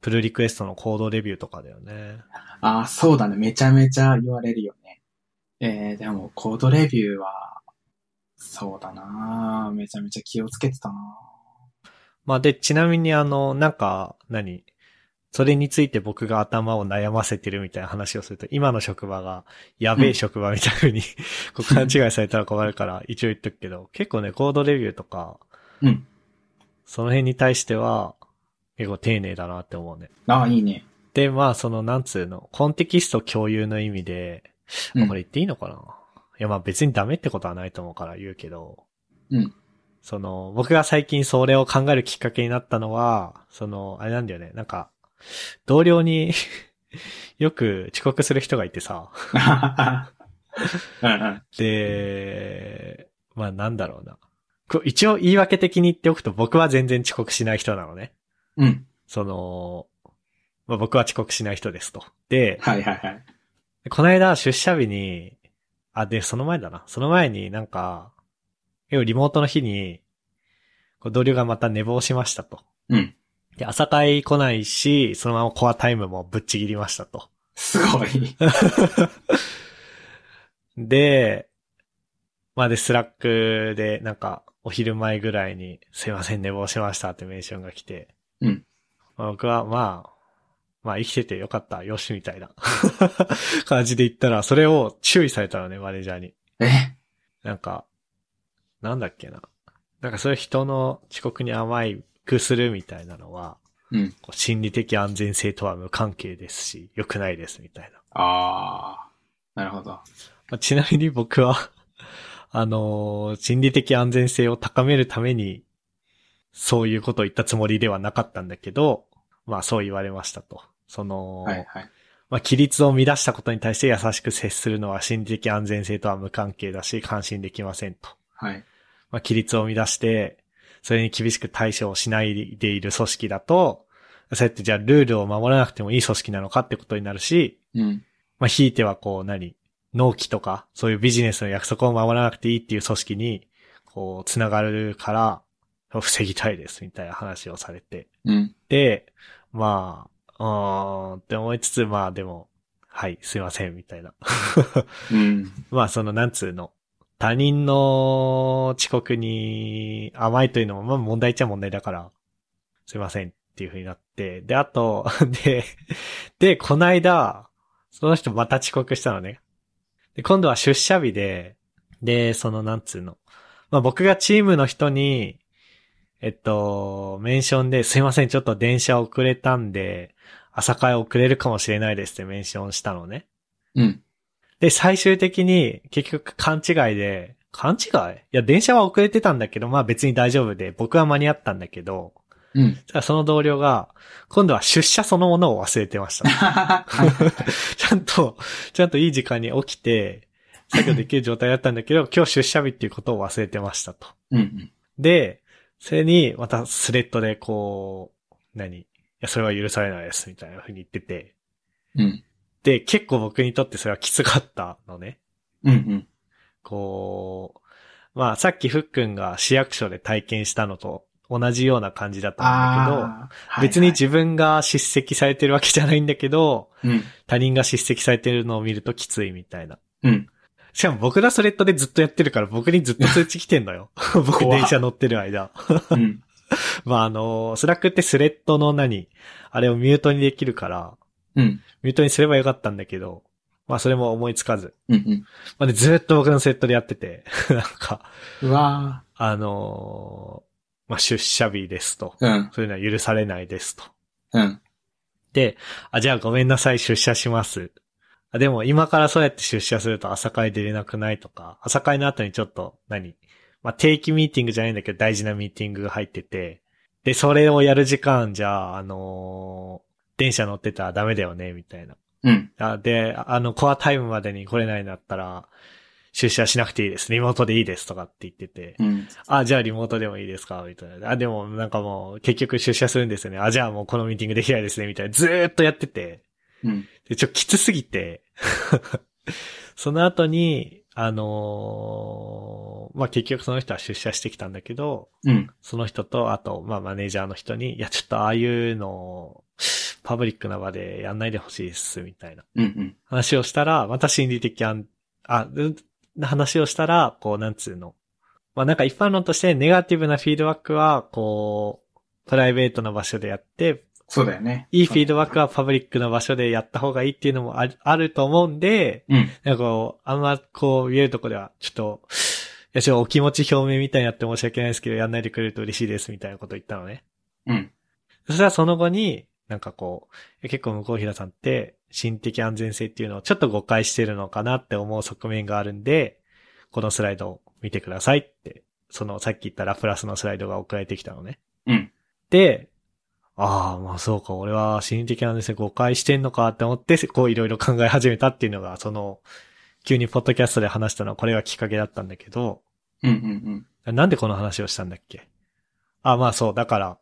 Speaker 1: プルリクエストのコードレビューとかだよね。
Speaker 2: ああ、そうだね。めちゃめちゃ言われるよね。えー、でも、コードレビューは、そうだなめちゃめちゃ気をつけてたな
Speaker 1: まあで、ちなみにあの、なんか、何それについて僕が頭を悩ませてるみたいな話をすると、今の職場がやべえ職場みたいな風に、こう勘違いされたら困るから、一応言っとくけど、結構ね、コードレビューとか、
Speaker 2: うん。
Speaker 1: その辺に対しては、結構丁寧だなって思うね。
Speaker 2: ああ、いいね。
Speaker 1: で、まあ、その、なんつうの、コンテキスト共有の意味で、
Speaker 2: う
Speaker 1: まあ
Speaker 2: ん
Speaker 1: これ言っていいのかな、いや、まあ別にダメってことはないと思うから言うけど。
Speaker 2: うん。
Speaker 1: その、僕が最近それを考えるきっかけになったのは、その、あれなんだよね。なんか、同僚に、 よく遅刻する人がいてさ、
Speaker 2: うんうん。
Speaker 1: で、まあなんだろうな。こう一応言い訳的に言っておくと僕は全然遅刻しない人なのね。
Speaker 2: うん。
Speaker 1: その、まあ僕は遅刻しない人ですと。で、
Speaker 2: はいはいはい。
Speaker 1: この間出社日に、あ、で、その前だな。その前になんか、要はリモートの日に、こう同僚がまた寝坊しましたと。
Speaker 2: うん。
Speaker 1: で、朝会来ないし、そのままコアタイムもぶっちぎりましたと。
Speaker 2: すごい。
Speaker 1: で、まあで、スラックで、なんか、お昼前ぐらいに、すいません、寝坊しましたってメンションが来て。
Speaker 2: うん
Speaker 1: まあ。僕は、まあ、まあ生きててよかった、よし、みたいな 感じで言ったら、それを注意されたのね、マネージャーに。
Speaker 2: え
Speaker 1: なんか、なんだっけな。なんかそういう人の遅刻に甘いくするみたいなのは、
Speaker 2: うん
Speaker 1: こう心理的安全性とは無関係ですし、良くないですみたいな。
Speaker 2: あー。なるほど。
Speaker 1: まあちなみに僕は、 あのー心理的安全性を高めるために、そういうことを言ったつもりではなかったんだけど、まあそう言われましたと。その、
Speaker 2: はいはい。
Speaker 1: まあ、規律を乱したことに対して優しく接するのは心理的安全性とは無関係だし、関心できませんと。
Speaker 2: はい。
Speaker 1: まあ、規律を乱して、それに厳しく対処をしないでいる組織だと、そうやってじゃあルールを守らなくてもいい組織なのかってことになるし、
Speaker 2: うん。
Speaker 1: まあ、ひいてはこう何、納期とか、そういうビジネスの約束を守らなくていいっていう組織に、こう、つながるから、防ぎたいです、みたいな話をされて。
Speaker 2: うん。
Speaker 1: で、まあ、うーんって思いつつ、まあでも、はい、すいません、みたいな。
Speaker 2: うん。
Speaker 1: まあそのなんつうの、他人の遅刻に甘いというのもまあ問題っちゃ問題だから、すいませんっていう風になって、で、あと、 で、で、こないだ、その人また遅刻したのね。で、今度は出社日で、で、そのなんつうの、まあ僕がチームの人に、えっと、メンションで、すいません、ちょっと電車遅れたんで、朝会遅れるかもしれないですってメンションしたのね。
Speaker 2: うん。
Speaker 1: で、最終的に結局勘違いで、勘違いいや、電車は遅れてたんだけど、まあ別に大丈夫で、僕は間に合ったんだけど、
Speaker 2: うん。
Speaker 1: ただその同僚が、今度は出社そのものを忘れてました。 ちゃんと、ちゃんといい時間に起きて、作業できる状態だったんだけど、今日出社日っていうことを忘れてましたと。
Speaker 2: うんうん。
Speaker 1: で、それに、またスレッドでこう、何いや、それは許されないです、みたいな風に言ってて。
Speaker 2: うん。
Speaker 1: で、結構僕にとってそれはきつかったのね。
Speaker 2: うん。
Speaker 1: こう、まあさっきふっくんが市役所で体験したのと同じような感じだったんだけど、
Speaker 2: あー。
Speaker 1: 別に自分が叱責されてるわけじゃないんだけど、
Speaker 2: 分。うん。
Speaker 1: 他人が叱責されてるのを見るときついみたいな。
Speaker 2: うん。
Speaker 1: しかも僕らスレッドでずっとやってるから僕にずっと通知来てんの よ。僕
Speaker 2: 怖っ
Speaker 1: 電車乗ってる間。
Speaker 2: うん。
Speaker 1: まああの、スラックってスレッドの何あれをミュートにできるから、
Speaker 2: うん。
Speaker 1: ミュートにすればよかったんだけど、まあそれも思いつかず。
Speaker 2: うん。うん。
Speaker 1: まあ、でずっと僕のスレッドでやってて、 なんか、
Speaker 2: うわ
Speaker 1: あのーまあ、出社日ですと。
Speaker 2: ー。うん。
Speaker 1: そういうのは許されないですと。
Speaker 2: うん。
Speaker 1: で、あ、じゃあごめんなさい、出社します。あでも今からそうやって出社すると朝会出れなくないとか、朝会の後にちょっと何、まあ、定期ミーティングじゃないんだけど大事なミーティングが入ってて、で、それをやる時間じゃあ、あのー電車乗ってたらダメだよね、みたいな。
Speaker 2: うん。
Speaker 1: あで、あの、コアタイムまでに来れないんだったら、出社しなくていいです。リモートでいいですとかって言ってて。
Speaker 2: うん。
Speaker 1: あ、じゃあリモートでもいいですかみたいな。あ、でもなんかもう結局出社するんですよね。あ、じゃあもうこのミーティングできないですね。みたいな。ずーっとやってて。
Speaker 2: うん。
Speaker 1: で、ちょ、きつすぎて。 その後に、あのーまあ、結局その人は出社してきたんだけど、
Speaker 2: うん。
Speaker 1: その人と、あと、まあ、マネージャーの人に、いや、ちょっとああいうの、パブリックな場でやんないでほしいっす、みたいな。
Speaker 2: うん。
Speaker 1: 話をしたら、また心理的安、あ、う話をしたら、こう、なんつうの。まあなんか一般論としてネガティブなフィードバックは、こう、プライベートな場所でやって、
Speaker 2: そうだよね。
Speaker 1: いいフィードバックはパブリックな場所でやった方がいいっていうのもあるあると思うんで、
Speaker 2: うん。
Speaker 1: なんかこう、あんまこう言えるとこでは、ちょっと、いや、ちょっとお気持ち表明みたいになって申し訳ないですけど、やんないでくれると嬉しいですみたいなこと言ったのね。
Speaker 2: うん。
Speaker 1: そしたらその後に、なんかこう、結構向こう平さんって、心的安全性っていうのをちょっと誤解してるのかなって思う側面があるんで、このスライドを見てくださいって、そのさっき言ったラプラスのスライドが送られてきたのね。
Speaker 2: うん。
Speaker 1: で、ああ、まあそうか、俺は心理的なんですね、誤解してんのかって思って、こういろいろ考え始めたっていうのが、その、急にポッドキャストで話したのはこれがきっかけだったんだけど、
Speaker 2: うんうん
Speaker 1: なんでこの話をしたんだっけあ、まあそう、だから、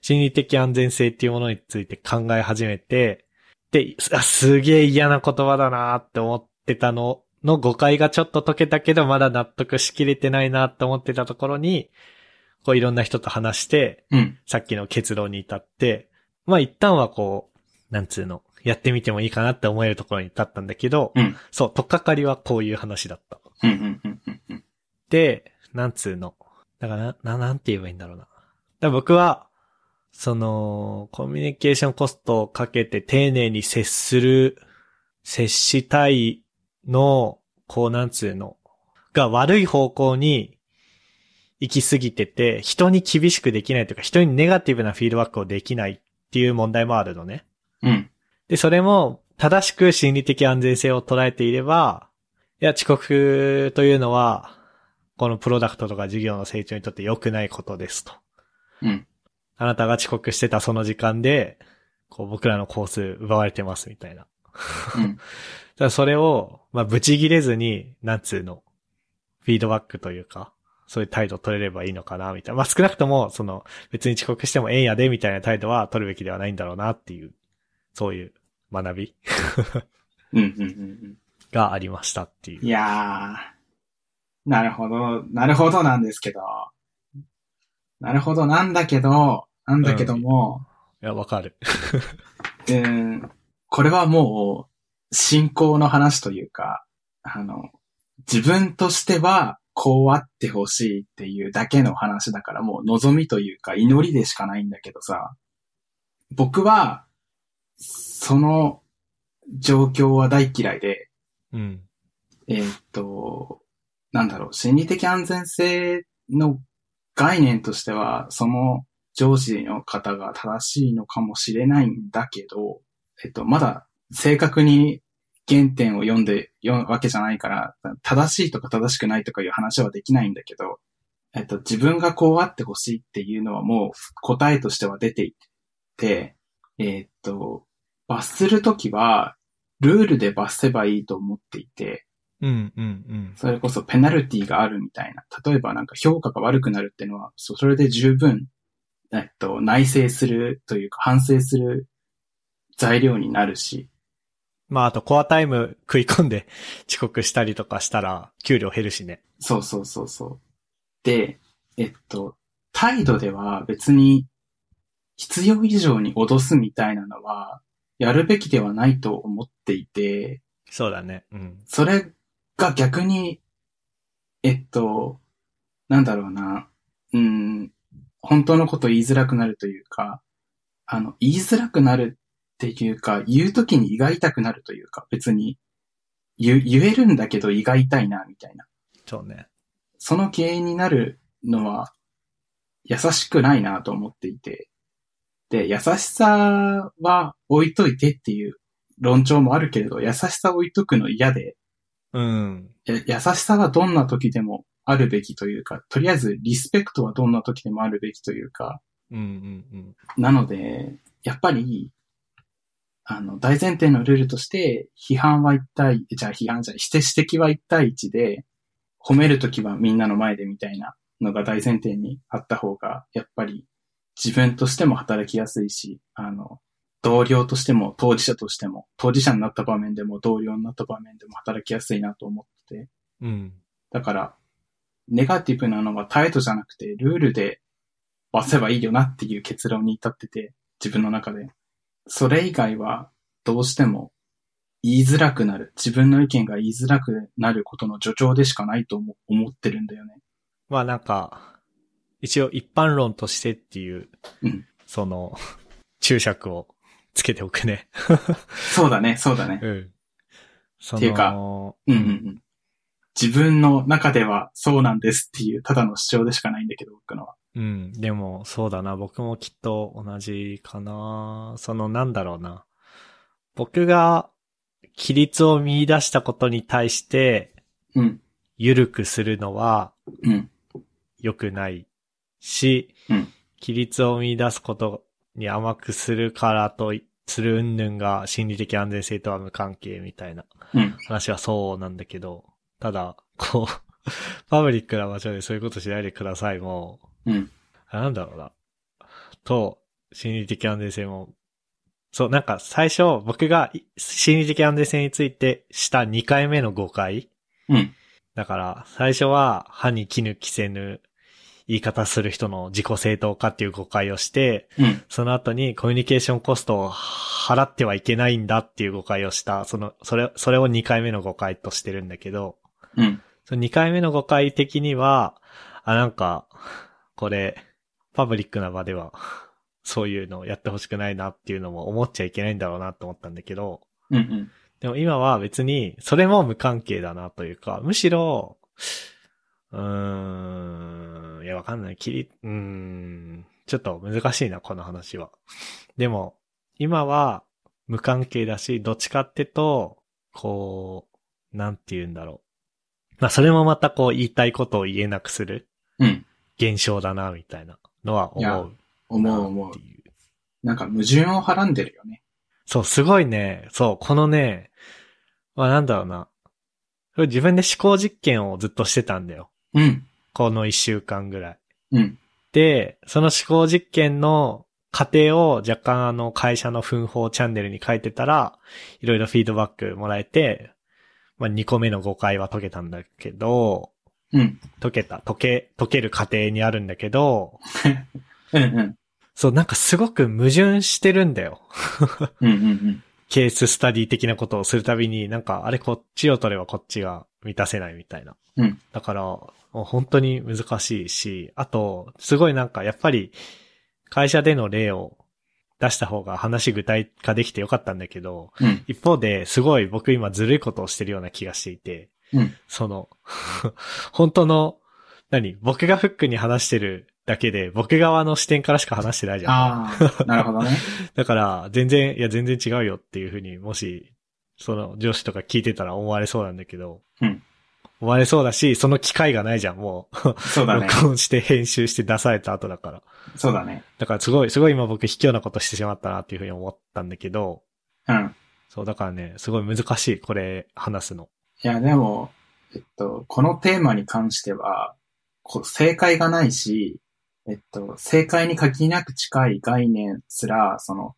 Speaker 1: 心理的安全性っていうものについて考え始めて、で、あすげえ嫌な言葉だなーって思ってたのの誤解がちょっと解けたけど、まだ納得しきれてないなって思ってたところに、こういろんな人と話して、
Speaker 2: うん。うん。
Speaker 1: さっきの結論に至って、まあ一旦はこう、なんつうの、やってみてもいいかなって思えるところに至ったんだけど、
Speaker 2: うん
Speaker 1: そう、とっかかりはこういう話だった。
Speaker 2: うんうんうんうんうん。
Speaker 1: で、なんつうの。だからな、な、なんて言えばいいんだろうな。だから僕は、その、コミュニケーションコストをかけて丁寧に接する、接したいの、こうなんつうの、が悪い方向に行き過ぎてて、人に厳しくできないというか、人にネガティブなフィードバックをできないっていう問題もあるのね。
Speaker 2: うん。
Speaker 1: で、それも正しく心理的安全性を捉えていれば、いや、遅刻というのは、このプロダクトとか事業の成長にとって良くないことですと。
Speaker 2: うん。
Speaker 1: あなたが遅刻してたその時間で、こう僕らのコース奪われてますみたいな。
Speaker 2: うん。
Speaker 1: だからそれを、まあ、ぶち切れずに、なんつうの、フィードバックというか、そういう態度を取れればいいのかな、みたいな。まあ、少なくとも、その、別に遅刻してもええんやで、みたいな態度は取るべきではないんだろうな、っていう、そういう学び
Speaker 2: うんうんうんうん。
Speaker 1: がありましたっていう。
Speaker 2: いやー、なるほど、なるほどなんですけど、なるほどなんだけど、なんだけども、
Speaker 1: いや、わかる。
Speaker 2: うーん、これはもう、信仰の話というか、あの、自分としては、こうあってほしいっていうだけの話だから、もう望みというか祈りでしかないんだけどさ、僕は、その状況は大嫌いで、
Speaker 1: うん。
Speaker 2: えーっと、なんだろう、心理的安全性の概念としては、その上司の方が正しいのかもしれないんだけど、えっと、まだ正確に原点を読んで、読むわけじゃないから、正しいとか正しくないとかいう話はできないんだけど、えっと、自分がこうあってほしいっていうのはもう答えとしては出ていて、えーっと、罰するときは、ルールで罰せばいいと思っていて、
Speaker 1: うん、うん、うん。
Speaker 2: それこそペナルティがあるみたいな。例えばなんか評価が悪くなるっていうのは、そそれで十分、えっと、内省するというか反省する材料になるし。
Speaker 1: まあ、あと、コアタイム食い込んで遅刻したりとかしたら、給料減るしね。
Speaker 2: そうそうそうそう。で、えっと、態度では別に必要以上に脅すみたいなのは、やるべきではないと思っていて、
Speaker 1: そうだね。うん。
Speaker 2: それが逆に、えっと、なんだろうな、うん、本当のこと言いづらくなるというか、あの、言いづらくなるっていうか、言うときに胃が痛くなるというか、別に、言、言えるんだけど胃が痛いな、みたいな。
Speaker 1: そうね。
Speaker 2: その原因になるのは、優しくないなと思っていて。で、優しさは置いといてっていう論調もあるけれど、優しさ置いとくの嫌で、
Speaker 1: うん。
Speaker 2: え優しさはどんな時でもあるべきというか、とりあえずリスペクトはどんな時でもあるべきというか、
Speaker 1: うん、うん、うん。
Speaker 2: なので、やっぱり、あの、大前提のルールとして、批判は一対、じゃあ批判じゃない、否定指摘は一対一で、褒めるときはみんなの前でみたいなのが大前提にあった方が、やっぱり自分としても働きやすいし、あの、同僚としても当事者としても、当事者になった場面でも同僚になった場面でも働きやすいなと思ってて、
Speaker 1: うん。
Speaker 2: だから、ネガティブなのは態度じゃなくて、ルールで罰せばいいよなっていう結論に至ってて、自分の中で。それ以外は、どうしても言いづらくなる。自分の意見が言いづらくなることの助長でしかないと思思ってるんだよね。
Speaker 1: まあなんか、一応一般論としてっていう、
Speaker 2: うん
Speaker 1: その、注釈をつけておくね。
Speaker 2: そうだね、そうだね。
Speaker 1: うん。その
Speaker 2: っていうかうんうんうん。自分の中ではそうなんですっていう、ただの主張でしかないんだけど、僕のは。
Speaker 1: うん。でも、そうだな。僕もきっと同じかな。その、なんだろうな。僕が、規律を見出したことに対して、
Speaker 2: うん。
Speaker 1: ゆるくするのは
Speaker 2: うん。
Speaker 1: 良くないし、
Speaker 2: うん
Speaker 1: 規律を見出すことに甘くするからとい、する云々が心理的安全性とは無関係みたいな
Speaker 2: うん。
Speaker 1: 話はそうなんだけど、ただ、こう、 パブリックな場所でそういうことしないでくださいも、
Speaker 2: うん。
Speaker 1: なんだろうな。と、心理的安全性も、そう、なんか最初僕がい心理的安全性についてした2回目の誤解
Speaker 2: うん。
Speaker 1: だから、最初は歯に絹着せぬ言い方する人の自己正当化っていう誤解をして、
Speaker 2: うん。
Speaker 1: その後にコミュニケーションコストを払ってはいけないんだっていう誤解をした、その、それ、それを2回目の誤解としてるんだけど、
Speaker 2: うん。
Speaker 1: その2回目の誤解的には、あ、なんか、これ、パブリックな場では、そういうのをやってほしくないなっていうのも思っちゃいけないんだろうなと思ったんだけど、
Speaker 2: うん。うん。
Speaker 1: でも今は別に、それも無関係だなというか、むしろ、うーん、いや、わかんない。きり、うーん、ちょっと難しいな、この話は。でも、今は無関係だし、どっちかってと、こう、なんて言うんだろう。まあ、それもまたこう、言いたいことを言えなくする
Speaker 2: うん。現
Speaker 1: 現象だな、みたいなのは思
Speaker 2: い
Speaker 1: う
Speaker 2: や
Speaker 1: な
Speaker 2: 思う思う
Speaker 1: って。いう。
Speaker 2: なんか矛盾をはらんでるよね。
Speaker 1: そう、すごいね。そう、このね、まあなんだろうな。これ自分で思考実験をずっとしてたんだよ。
Speaker 2: うん。
Speaker 1: この一週間ぐらい。
Speaker 2: うん。
Speaker 1: で、その思考実験の過程を若干あの会社の奮法チャンネルに書いてたら、いろいろフィードバックもらえて、まあ2個目の誤解は解けたんだけど、
Speaker 2: うん。
Speaker 1: 解けた、解け、解ける過程にあるんだけど、
Speaker 2: うん。うん。
Speaker 1: そう、なんかすごく矛盾してるんだよ。
Speaker 2: うん。うん。
Speaker 1: ケーススタディ的なことをするたびに、なんか、あれこっちを取ればこっちが満たせないみたいな。
Speaker 2: うん
Speaker 1: だから、もう本当に難しいし、あと、すごいなんか、やっぱり、会社での例を出した方が話具体化できてよかったんだけど、
Speaker 2: うん。
Speaker 1: 一方で、すごい僕今ずるいことをしてるような気がしていて、
Speaker 2: うん
Speaker 1: その、 本当の、何僕がフックに話してるだけで、僕側の視点からしか話してないじゃん。
Speaker 2: ああ、なるほどね。
Speaker 1: だから、全然、いや、全然違うよっていうふうに、もし、その、上司とか聞いてたら思われそうなんだけど、
Speaker 2: うん
Speaker 1: 思われそうだし、その機会がないじゃん、もう。
Speaker 2: そうだね。
Speaker 1: 録音して編集して出された後だから。
Speaker 2: そうだね。
Speaker 1: だから、すごい、すごい今僕卑怯なことしてしまったなっていうふうに思ったんだけど、
Speaker 2: うん。
Speaker 1: そう、だからね、すごい難しい、これ、話すの。
Speaker 2: いや、でも、えっと、このテーマに関しては、こう正解がないし、えっと、正解に限りなく近い概念すら、その、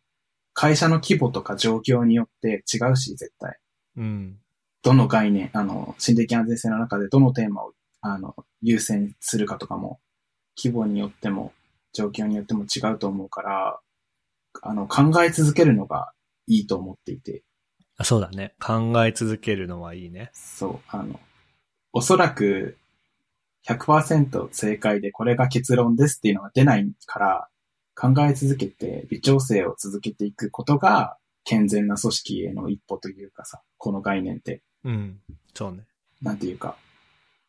Speaker 2: 会社の規模とか状況によって違うし、絶対。
Speaker 1: うん。
Speaker 2: どの概念、あの、心理的安全性の中でどのテーマを、あの、優先するかとかも、規模によっても、状況によっても違うと思うから、あの、考え続けるのがいいと思っていて、
Speaker 1: あそうだね。考え続けるのはいいね。
Speaker 2: そう、あの、おそらく100%正解でこれが結論ですっていうのが出ないから、考え続けて微調整を続けていくことが健全な組織への一歩というかさ、この概念って、
Speaker 1: うん。そうね。
Speaker 2: なんていうか、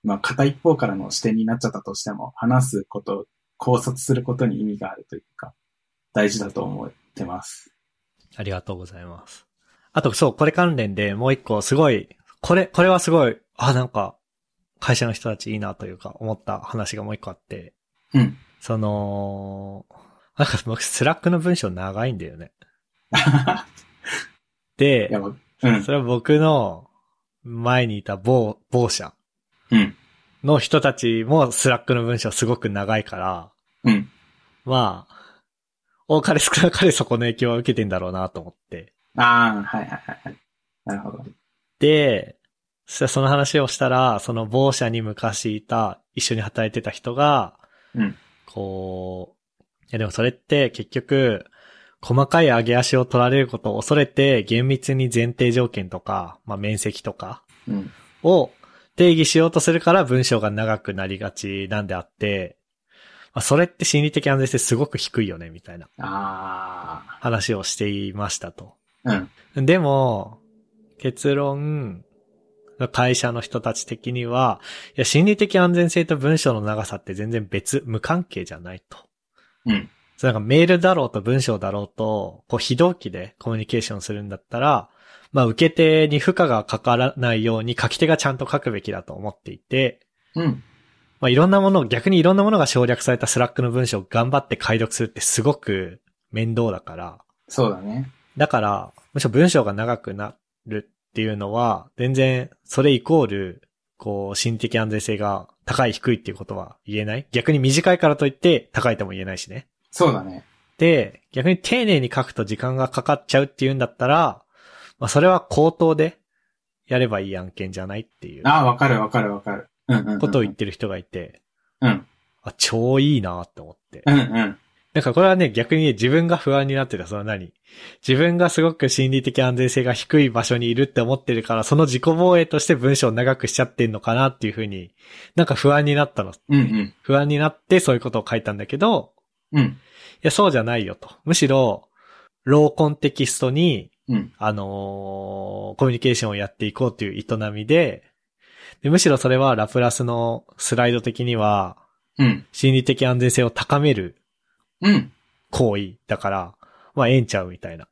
Speaker 2: まあ片一方からの視点になっちゃったとしても、話すこと、考察することに意味があるというか、大事だと思ってます。
Speaker 1: ありがとうございます。あと、そう、これ関連でもう一個、すごい、これ、これはすごい、あ、なんか、会社の人たちいいなというか、思った話がもう一個あって、
Speaker 2: うん。
Speaker 1: その、なんか僕、スラックの文章長いんだよね。で
Speaker 2: や、ば、うん
Speaker 1: そ、れは僕の前にいた某、某社
Speaker 2: うん、
Speaker 1: の人たちもスラックの文章すごく長いから、
Speaker 2: うん、
Speaker 1: まあ、多かれ少なかれそこの影響は受けてんだろうなと思って。
Speaker 2: ああ、はいはいはいはい。なるほど。
Speaker 1: で、そしたらその話をしたら、その某社に昔いた、一緒に働いてた人が、
Speaker 2: うん
Speaker 1: こう、いやでもそれって結局、細かい上げ足を取られることを恐れて、厳密に前提条件とか、まあ面積とか
Speaker 2: うん、
Speaker 1: を定義しようとするから文章が長くなりがちなんであって、まあそれって心理的安全性すごく低いよね、みたいな
Speaker 2: ああ、
Speaker 1: 話をしていましたと。
Speaker 2: うん、
Speaker 1: でも、結論、会社の人たち的には、いや、心理的安全性と文章の長さって全然別、無関係じゃないと。
Speaker 2: うん、
Speaker 1: そうなんかメールだろうと文章だろうと、こう非同期でコミュニケーションするんだったら、まあ受け手に負荷がかからないように書き手がちゃんと書くべきだと思っていて、
Speaker 2: うん、
Speaker 1: まあいろんなものを、逆にいろんなものが省略されたスラックの文章を頑張って解読するってすごく面倒だから、
Speaker 2: そうだね。
Speaker 1: だから、むしろ文章が長くなるっていうのは、全然、それイコール、こう、心的安全性が高い低いっていうことは言えない。逆に短いからといって、高いとも言えないしね。
Speaker 2: そうだね。
Speaker 1: で、逆に丁寧に書くと時間がかかっちゃうっていうんだったら、まあ、それは口頭でやればいい案件じゃないっていう
Speaker 2: ああ、わかるわかるわかる。うんうん、うん。
Speaker 1: ことを言ってる人がいて、
Speaker 2: うん。
Speaker 1: あ、超いいなって思って
Speaker 2: う。んうん。
Speaker 1: なんかこれはね、逆にね自分が不安になってた、その何自分がすごく心理的安全性が低い場所にいるって思ってるから、その自己防衛として文章を長くしちゃってんのかなっていうふうに、なんか不安になったの。
Speaker 2: うんうん。
Speaker 1: 不安になってそういうことを書いたんだけど、
Speaker 2: うん。
Speaker 1: いや、そうじゃないよと。むしろ、ローコンテキストに、
Speaker 2: うん。
Speaker 1: あのーコミュニケーションをやっていこうという営みでで、むしろそれはラプラスのスライド的には、
Speaker 2: うん。
Speaker 1: 心理的安全性を高める
Speaker 2: うん。
Speaker 1: 行為だから、まあ、ええんちゃうみたいな。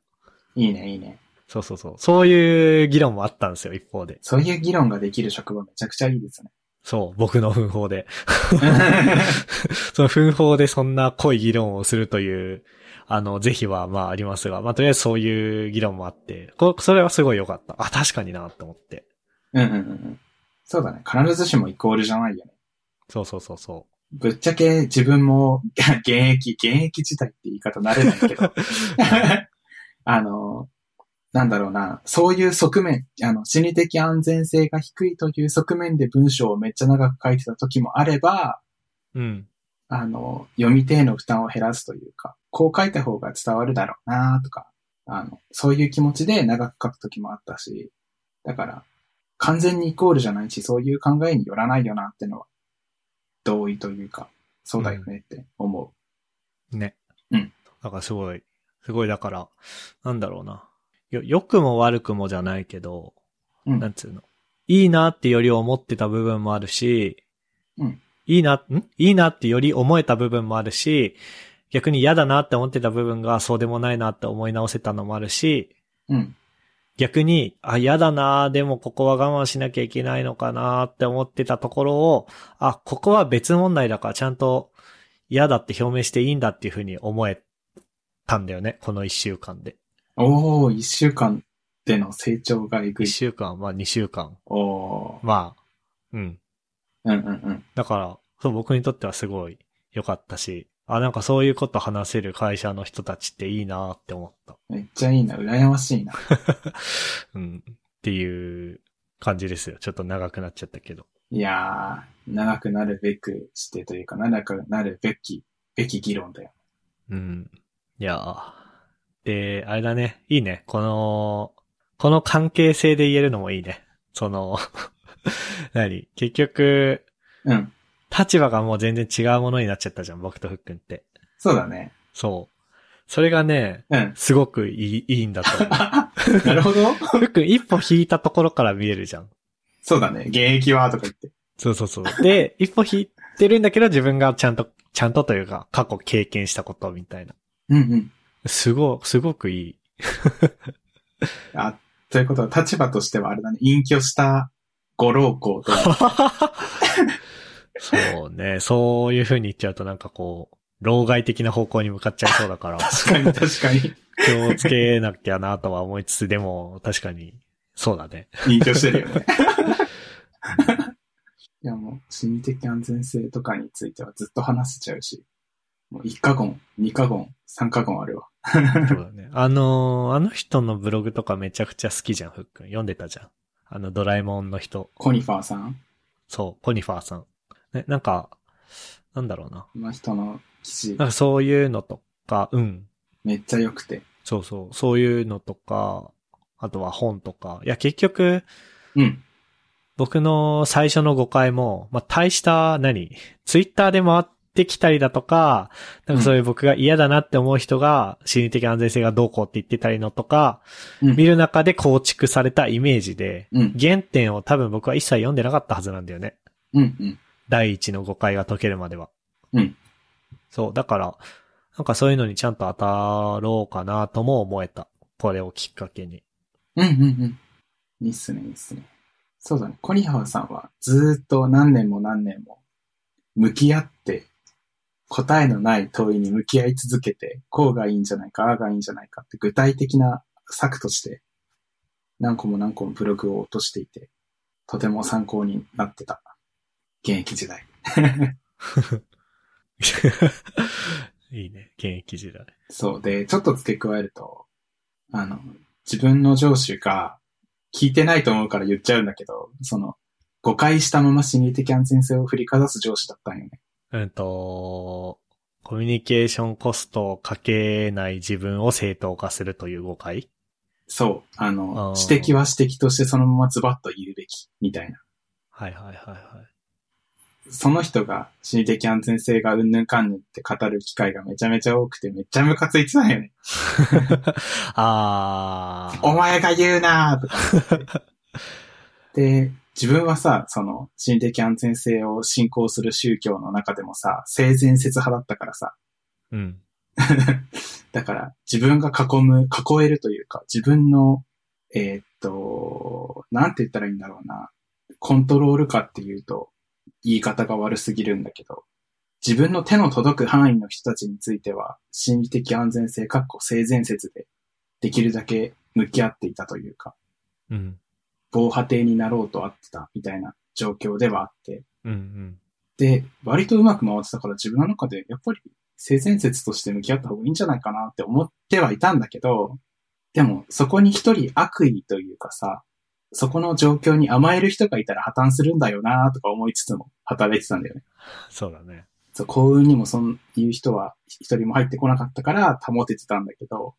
Speaker 2: いいね、いいね。
Speaker 1: そうそうそう。そういう議論もあったんですよ、一方で。
Speaker 2: そういう議論ができる職場めちゃくちゃいい ですね。
Speaker 1: そう、僕の奮法で。その奮法でそんな濃い議論をするという、あの、是非はまあありますが、まあとりあえずそういう議論もあって、こそれはすごい良かった。あ、確かになと思って。
Speaker 2: うんうんうんうん。そうだね。必ずしもイコールじゃないよね。
Speaker 1: そうそうそうそ
Speaker 2: ぶっちゃけ自分も 現役、現役時代って言い方慣れないけ ど。あの、なんだろうな。そういう側面、あの、心理的安全性が低いという側面で文章をめっちゃ長く書いてた時もあれば、
Speaker 1: う。うん。
Speaker 2: あの、読み手への負担を減らすというか、こう書いた方が伝わるだろうなとか、あの、そういう気持ちで長く書く時もあったし、だから、完全にイコールじゃないし、そういう考えによらないよなってのは、同意というか、そうだよねって思う。
Speaker 1: ね。
Speaker 2: うん。
Speaker 1: だからすごい、すごいだから、なんだろうな。よ、良くも悪くもじゃないけど、
Speaker 2: うん
Speaker 1: なんつうの。いいなってより思ってた部分もあるし、
Speaker 2: うん
Speaker 1: いいな、んいいなってより思えた部分もあるし、逆に嫌だなって思ってた部分がそうでもないなって思い直せたのもあるし、
Speaker 2: うん。
Speaker 1: 逆に、あ、嫌だなでもここは我慢しなきゃいけないのかなって思ってたところを、あ、ここは別問題だからちゃんと嫌だって表明していいんだっていうふうに思えたんだよね、この一週間で。
Speaker 2: おー、一週間での成長がえぐ
Speaker 1: 一
Speaker 2: い。
Speaker 1: 週間、まあ二週間。
Speaker 2: おー。
Speaker 1: まあ、うん。
Speaker 2: うんうんうん。
Speaker 1: だから、そう、僕にとってはすごい良かったし、あ、なんかそういうこと話せる会社の人たちっていいなって思った。
Speaker 2: めっちゃいいな、羨ましいな。
Speaker 1: うん。っていう感じですよ。ちょっと長くなっちゃったけど。
Speaker 2: いやー、長くなるべくしてというか、長くなるべき、べき議論だよ。
Speaker 1: うん。いやーで、あれだね。いいね。この、この関係性で言えるのもいいね。その、 何結局、
Speaker 2: うん。
Speaker 1: 立場がもう全然違うものになっちゃったじゃん。僕とふっくんって。
Speaker 2: そうだね。
Speaker 1: そう。それがね、
Speaker 2: うん。
Speaker 1: すごくいい、いいんだと思
Speaker 2: なるほど。
Speaker 1: う。ふっくん一歩引いたところから見えるじゃん。
Speaker 2: そうだね。現役はとか言って。
Speaker 1: そうそうそう。で、一歩引いてるんだけど自分がちゃんと、ちゃんとというか、過去経験したことみたいな。
Speaker 2: うんうん。
Speaker 1: すご、すごくいい。
Speaker 2: あ、ということは、立場としてはあれだね。隠居したご老公と。
Speaker 1: そうね。そういう風に言っちゃうとなんかこう、老害的な方向に向かっちゃいそうだから、
Speaker 2: 確かに確かに。
Speaker 1: 気をつけなきゃなとは思いつつ、でも確かに、そうだね。
Speaker 2: 認定してるよね。 いやもう、心理的安全性とかについてはずっと話せちゃうし、もう1カゴン、2カゴン、3カゴンあるわ。
Speaker 1: そうだね。あのーあの人のブログとかめちゃくちゃ好きじゃん、ふっくん。読んでたじゃん。あの、ドラえもんの人。
Speaker 2: コニファーさん、
Speaker 1: そう、コニファーさん。ね、なんか、なんだろうな。
Speaker 2: この人の記事
Speaker 1: なんかそういうのとか、うん。
Speaker 2: めっちゃ良くて。
Speaker 1: そうそう、そういうのとか、あとは本とか。いや、結局、
Speaker 2: うん。
Speaker 1: 僕の最初の誤解も、まあ、大した何、ツイッターで回ってきたりだとか、なんかそういう僕が嫌だなって思う人が、心理的安全性がどうこうって言ってたりのとか、
Speaker 2: うん
Speaker 1: 見る中で構築されたイメージで、
Speaker 2: うん。
Speaker 1: 原点を多分僕は一切読んでなかったはずなんだよね。
Speaker 2: うん。うん。
Speaker 1: 第一の誤解が解けるまでは。
Speaker 2: うん。
Speaker 1: そう、だから、なんかそういうのにちゃんと当たろうかなとも思えた。これをきっかけに。
Speaker 2: うん。うん。うん。いいっすね、いいっすね。そうだね。コニファーさんはずーっと何年も何年も向き合って、答えのない問いに向き合い続けて、こうがいいんじゃないか、ああがいいんじゃないかって具体的な策として、何個も何個もブログを落としていて、とても参考になってた。現役時代。
Speaker 1: いいね。現役時代。
Speaker 2: そう。で、ちょっと付け加えると、あの、自分の上司が聞いてないと思うから言っちゃうんだけど、その、誤解したまま心理的安全性を振りかざす上司だったんよね。
Speaker 1: うんと、コミュニケーションコストをかけない自分を正当化するという誤解
Speaker 2: そう。あの
Speaker 1: あ、ー
Speaker 2: 指摘は指摘としてそのままズバッと言うべき、みたいな。
Speaker 1: はいはいはいはい。
Speaker 2: その人が心理的安全性がうんぬんかんぬんって語る機会がめちゃめちゃ多くてめっちゃムカついてたんよね。
Speaker 1: あー。
Speaker 2: お前が言うなーとか言って。で、自分はさ、その心理的安全性を信仰する宗教の中でもさ、性善説派だったからさ。
Speaker 1: うん。
Speaker 2: だから自分が囲む、囲えるというか、自分の、えーっと、なんて言ったらいいんだろうな。コントロールかっていうと、言い方が悪すぎるんだけど、自分の手の届く範囲の人たちについては、心理的安全性、かっこ性善説で、できるだけ向き合っていたというか、
Speaker 1: うん。
Speaker 2: 防波堤になろうとあってたみたいな状況ではあって、
Speaker 1: うんうん。
Speaker 2: で、割とうまく回ってたから自分の中で、やっぱり性善説として向き合った方がいいんじゃないかなって思ってはいたんだけど、でもそこに一人悪意というかさ、そこの状況に甘える人がいたら破綻するんだよなとか思いつつも働いてたんだよね。
Speaker 1: そうだね。
Speaker 2: そう幸運にもそういう人は一人も入ってこなかったから保ててたんだけど、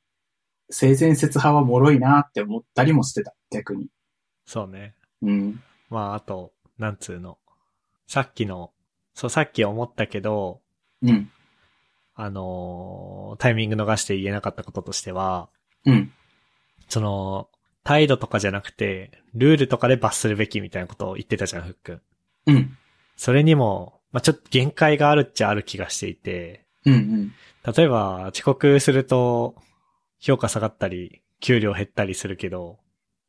Speaker 2: 性善説派は脆いなって思ったりもしてた、逆に。
Speaker 1: そうね。
Speaker 2: うん。
Speaker 1: まあ、あと、なんつうの。さっきの、そう、さっき思ったけど、
Speaker 2: うん。
Speaker 1: あのータイミング逃して言えなかったこととしては、
Speaker 2: うん。
Speaker 1: その、態度とかじゃなくて、ルールとかで罰するべきみたいなことを言ってたじゃん、ふっくん。
Speaker 2: うん。
Speaker 1: それにも、まあ、ちょっと限界があるっちゃある気がしていて、
Speaker 2: うん。うん。
Speaker 1: 例えば、遅刻すると、評価下がったり、給料減ったりするけど、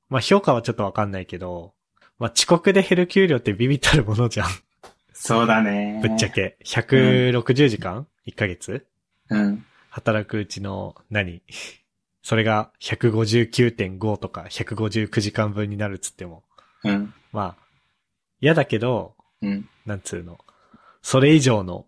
Speaker 1: まあ、評価はちょっとわかんないけど、まあ、遅刻で減る給料ってビビったるものじゃん。
Speaker 2: そうだね。
Speaker 1: ぶっちゃ。け。160時間、?1 ヶ月
Speaker 2: うん。
Speaker 1: 働くうちの何、それが159.5とか159時間分になるっつっても。
Speaker 2: うん。
Speaker 1: まあ、嫌だけど、
Speaker 2: うん。
Speaker 1: なんつうの。それ以上の、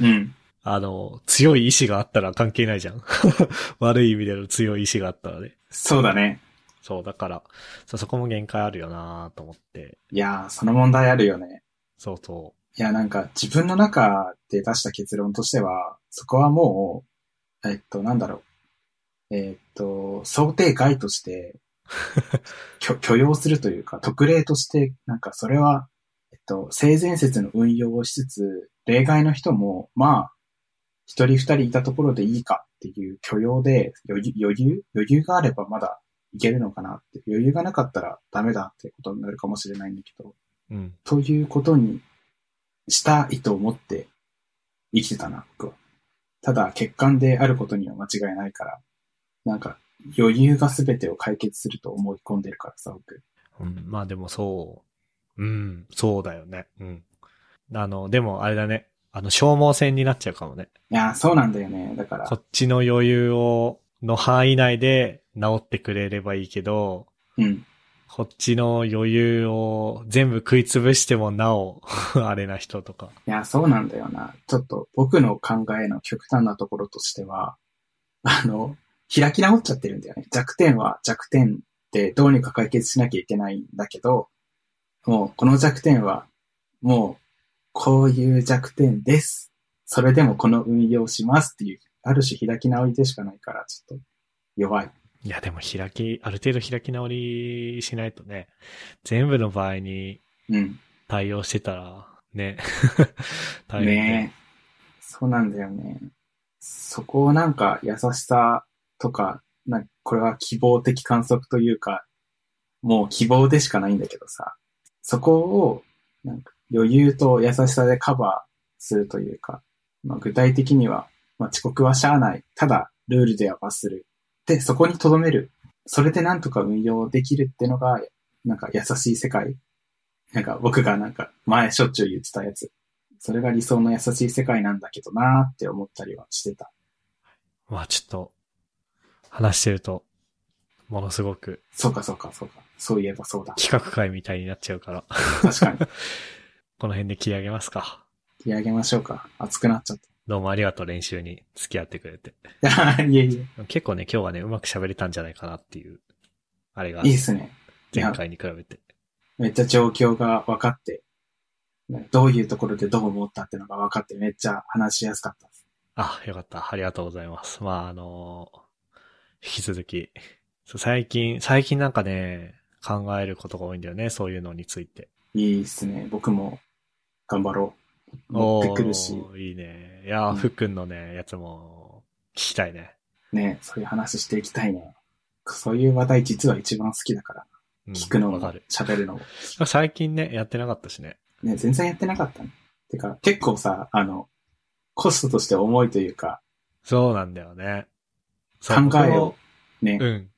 Speaker 2: うん。
Speaker 1: あの、強い意志があったら関係ないじゃん。 悪い意味での強い意志があったらね。
Speaker 2: そうだね。
Speaker 1: そう、だから、そうそこも限界あるよなと思って。
Speaker 2: いやー、その問題あるよね。
Speaker 1: そうそ
Speaker 2: いや、なんか自分の中で出した結論としては、そこはもう、えっと、なんだろう。えっと、想定外として、許許容するというか、特例として、なんかそれは、えっと、性善説の運用をしつつ、例外の人も、まあ、一人二人いたところでいいかっていう許容で、余裕、余裕余裕があればまだいけるのかなって、余裕がなかったらダメだってことになるかもしれないんだけど、
Speaker 1: う。うん。
Speaker 2: ということにしたいと思って生きてたな、僕は。ただ、欠陥であることには間違いないから、なんか、余裕が全てを解決すると思い込んでるからさ、僕。
Speaker 1: うん、まあでもそう。うん、そうだよね。うん。あの、でもあれだね。あの、消耗戦になっちゃうかもね。
Speaker 2: いやー、そうなんだよね。だから、
Speaker 1: こっちの余裕を、の範囲内で治ってくれればいいけど、
Speaker 2: うん。
Speaker 1: こっちの余裕を全部食い潰してもなお、 あれな人とか。
Speaker 2: いや、そうなんだよな。ちょっと僕の考えの極端なところとしては、あの、開き直っちゃってるんだよね。弱点は弱点でどうにか解決しなきゃいけないんだけど、もうこの弱点は、もうこういう弱点です。それでもこの運用しますっていう、ある種開き直りでしかないから、ちょっと弱い。
Speaker 1: いや、でも開き、ある程度開き直りしないとね、全部の場合に
Speaker 2: うん。
Speaker 1: 対応してたら、ね。 大変だよ
Speaker 2: ねえ。そうなんだよね。そこをなんか優しさとか、なんかこれは希望的観測というか、もう希望でしかないんだけどさ、そこをなんか余裕と優しさでカバーするというか、まあ、具体的には、まあ、遅刻はしゃあない。ただ、ルールでは罰する。で、そこに留める。それでなんとか運用できるってのが、なんか優しい世界。なんか僕がなんか前しょっちゅう言ってたやつ。それが理想の優しい世界なんだけどなーって思ったりはしてた。
Speaker 1: まあちょっと、話してると、ものすごく
Speaker 2: そうかそうかそうか。そういえばそうだ。
Speaker 1: 企画会みたいになっちゃうから、
Speaker 2: 確かに。
Speaker 1: この辺で切り上げますか。
Speaker 2: 切り上げましょうか。熱くなっちゃっ
Speaker 1: どうもありがとう練習に付き合ってくれて。
Speaker 2: た。いや、いえい
Speaker 1: 結構ね、今日はね、うまく喋れたんじゃないかなっていう、あれが
Speaker 2: え。いいですね。
Speaker 1: 前回に比べて。
Speaker 2: めっちゃ状況が分かって、ねどういうところでどう思ったってのが分かって、めっちゃ話しやすかったです。
Speaker 1: あ、よかった。ありがとうございます。まあ、あのー引き続き。そう最近、最近なんかね、考えることが多いんだよね、そういうのについて。
Speaker 2: いいですね。僕も頑張ろう。持ってくるし、
Speaker 1: おーいいね。いやー、
Speaker 2: うん
Speaker 1: ふっくんのね、やつも、聞きたいね。
Speaker 2: ね、そういう話していきたいね。そういう話題実は一番好きだから、
Speaker 1: うん
Speaker 2: 聞くの
Speaker 1: わ
Speaker 2: も
Speaker 1: かる。
Speaker 2: 喋るのも。
Speaker 1: 最近ね、やってなかったしね。
Speaker 2: ね、全然やってなかったね。てか、結構さ、あの、コストとして重いというか、
Speaker 1: そうなんだよね。そう
Speaker 2: 考えを
Speaker 1: 僕も
Speaker 2: ね、
Speaker 1: うん。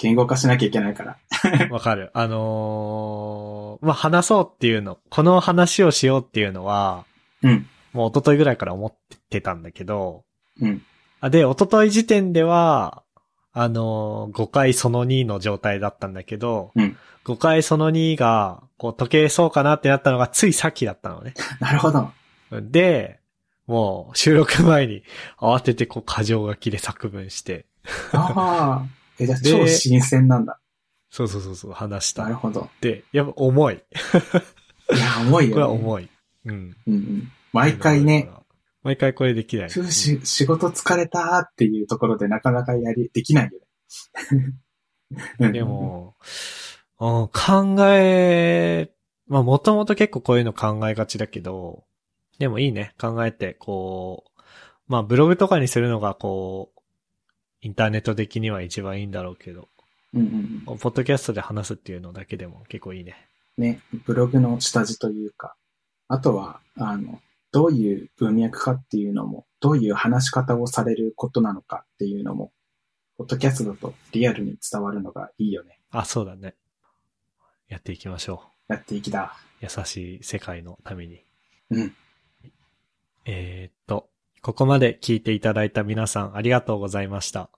Speaker 2: 言語化しなきゃいけないから。
Speaker 1: わかる。あのーまあ、話そうっていうの、この話をしようっていうのは、
Speaker 2: うん。
Speaker 1: もう一昨日ぐらいから思ってたんだけど、
Speaker 2: うん。
Speaker 1: あで、一昨日時点では、あのー、5回その2の状態だったんだけど、
Speaker 2: うん
Speaker 1: 5回その2が、こう、解けそうかなってなったのがついさっきだったのね。
Speaker 2: なる ほど。
Speaker 1: で、もう、収録前に慌てて、こう、過剰書きで作文して、
Speaker 2: ああ。え、じゃあ
Speaker 1: で
Speaker 2: 超新鮮なんだ。
Speaker 1: そうそうそうそう、話し
Speaker 2: な
Speaker 1: た
Speaker 2: る。ほど。
Speaker 1: で、やっぱ重い。
Speaker 2: いや、重いよ、ね。
Speaker 1: これは重い。うん。
Speaker 2: うんうん。毎回ね、。
Speaker 1: 毎回これできない。
Speaker 2: ふうし仕事疲れたーっていうところでなかなかやり、できないよ
Speaker 1: う
Speaker 2: ね。
Speaker 1: んで、も、うん、考え、まあもともと結構こういうの考えがちだけど、でもいいね。考えて、こう、まあブログとかにするのがこう、インターネット的には一番いいんだろうけど、
Speaker 2: うんうん
Speaker 1: ポッドキャストで話すっていうのだけでも結構いいね。
Speaker 2: うん。ね、ブログの下地というか、あとは、あの、どういう文脈かっていうのも、どういう話し方をされることなのかっていうのも、ポッドキャストだとリアルに伝わるのがいいよね。
Speaker 1: あ、そうだね。やっていきましょ
Speaker 2: やっていきだ。
Speaker 1: う。優しい世界のために。
Speaker 2: うん。
Speaker 1: えーっと、ここまで聞いていただいた皆さんありがとうございました。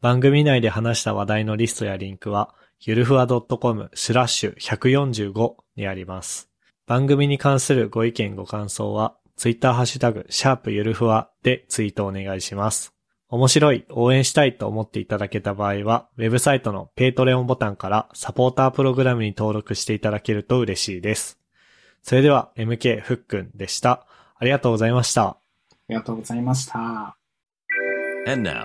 Speaker 1: 番組内で話した話題のリストやリンクは、ゆるふわ .com スラッシュ145にあります。番組に関するご意見ご感想は、ツイッターハッシュタグ、シャープゆるふわでツイートお願いします。面白い、応援したいと思っていただけた場合は、ウェブサイトのペイトレオンボタンからサポータープログラムに登録していただけると嬉しいです。それでは、MK ふっくんでした。ありがとうございました。
Speaker 2: ありがとうございました。
Speaker 3: And now,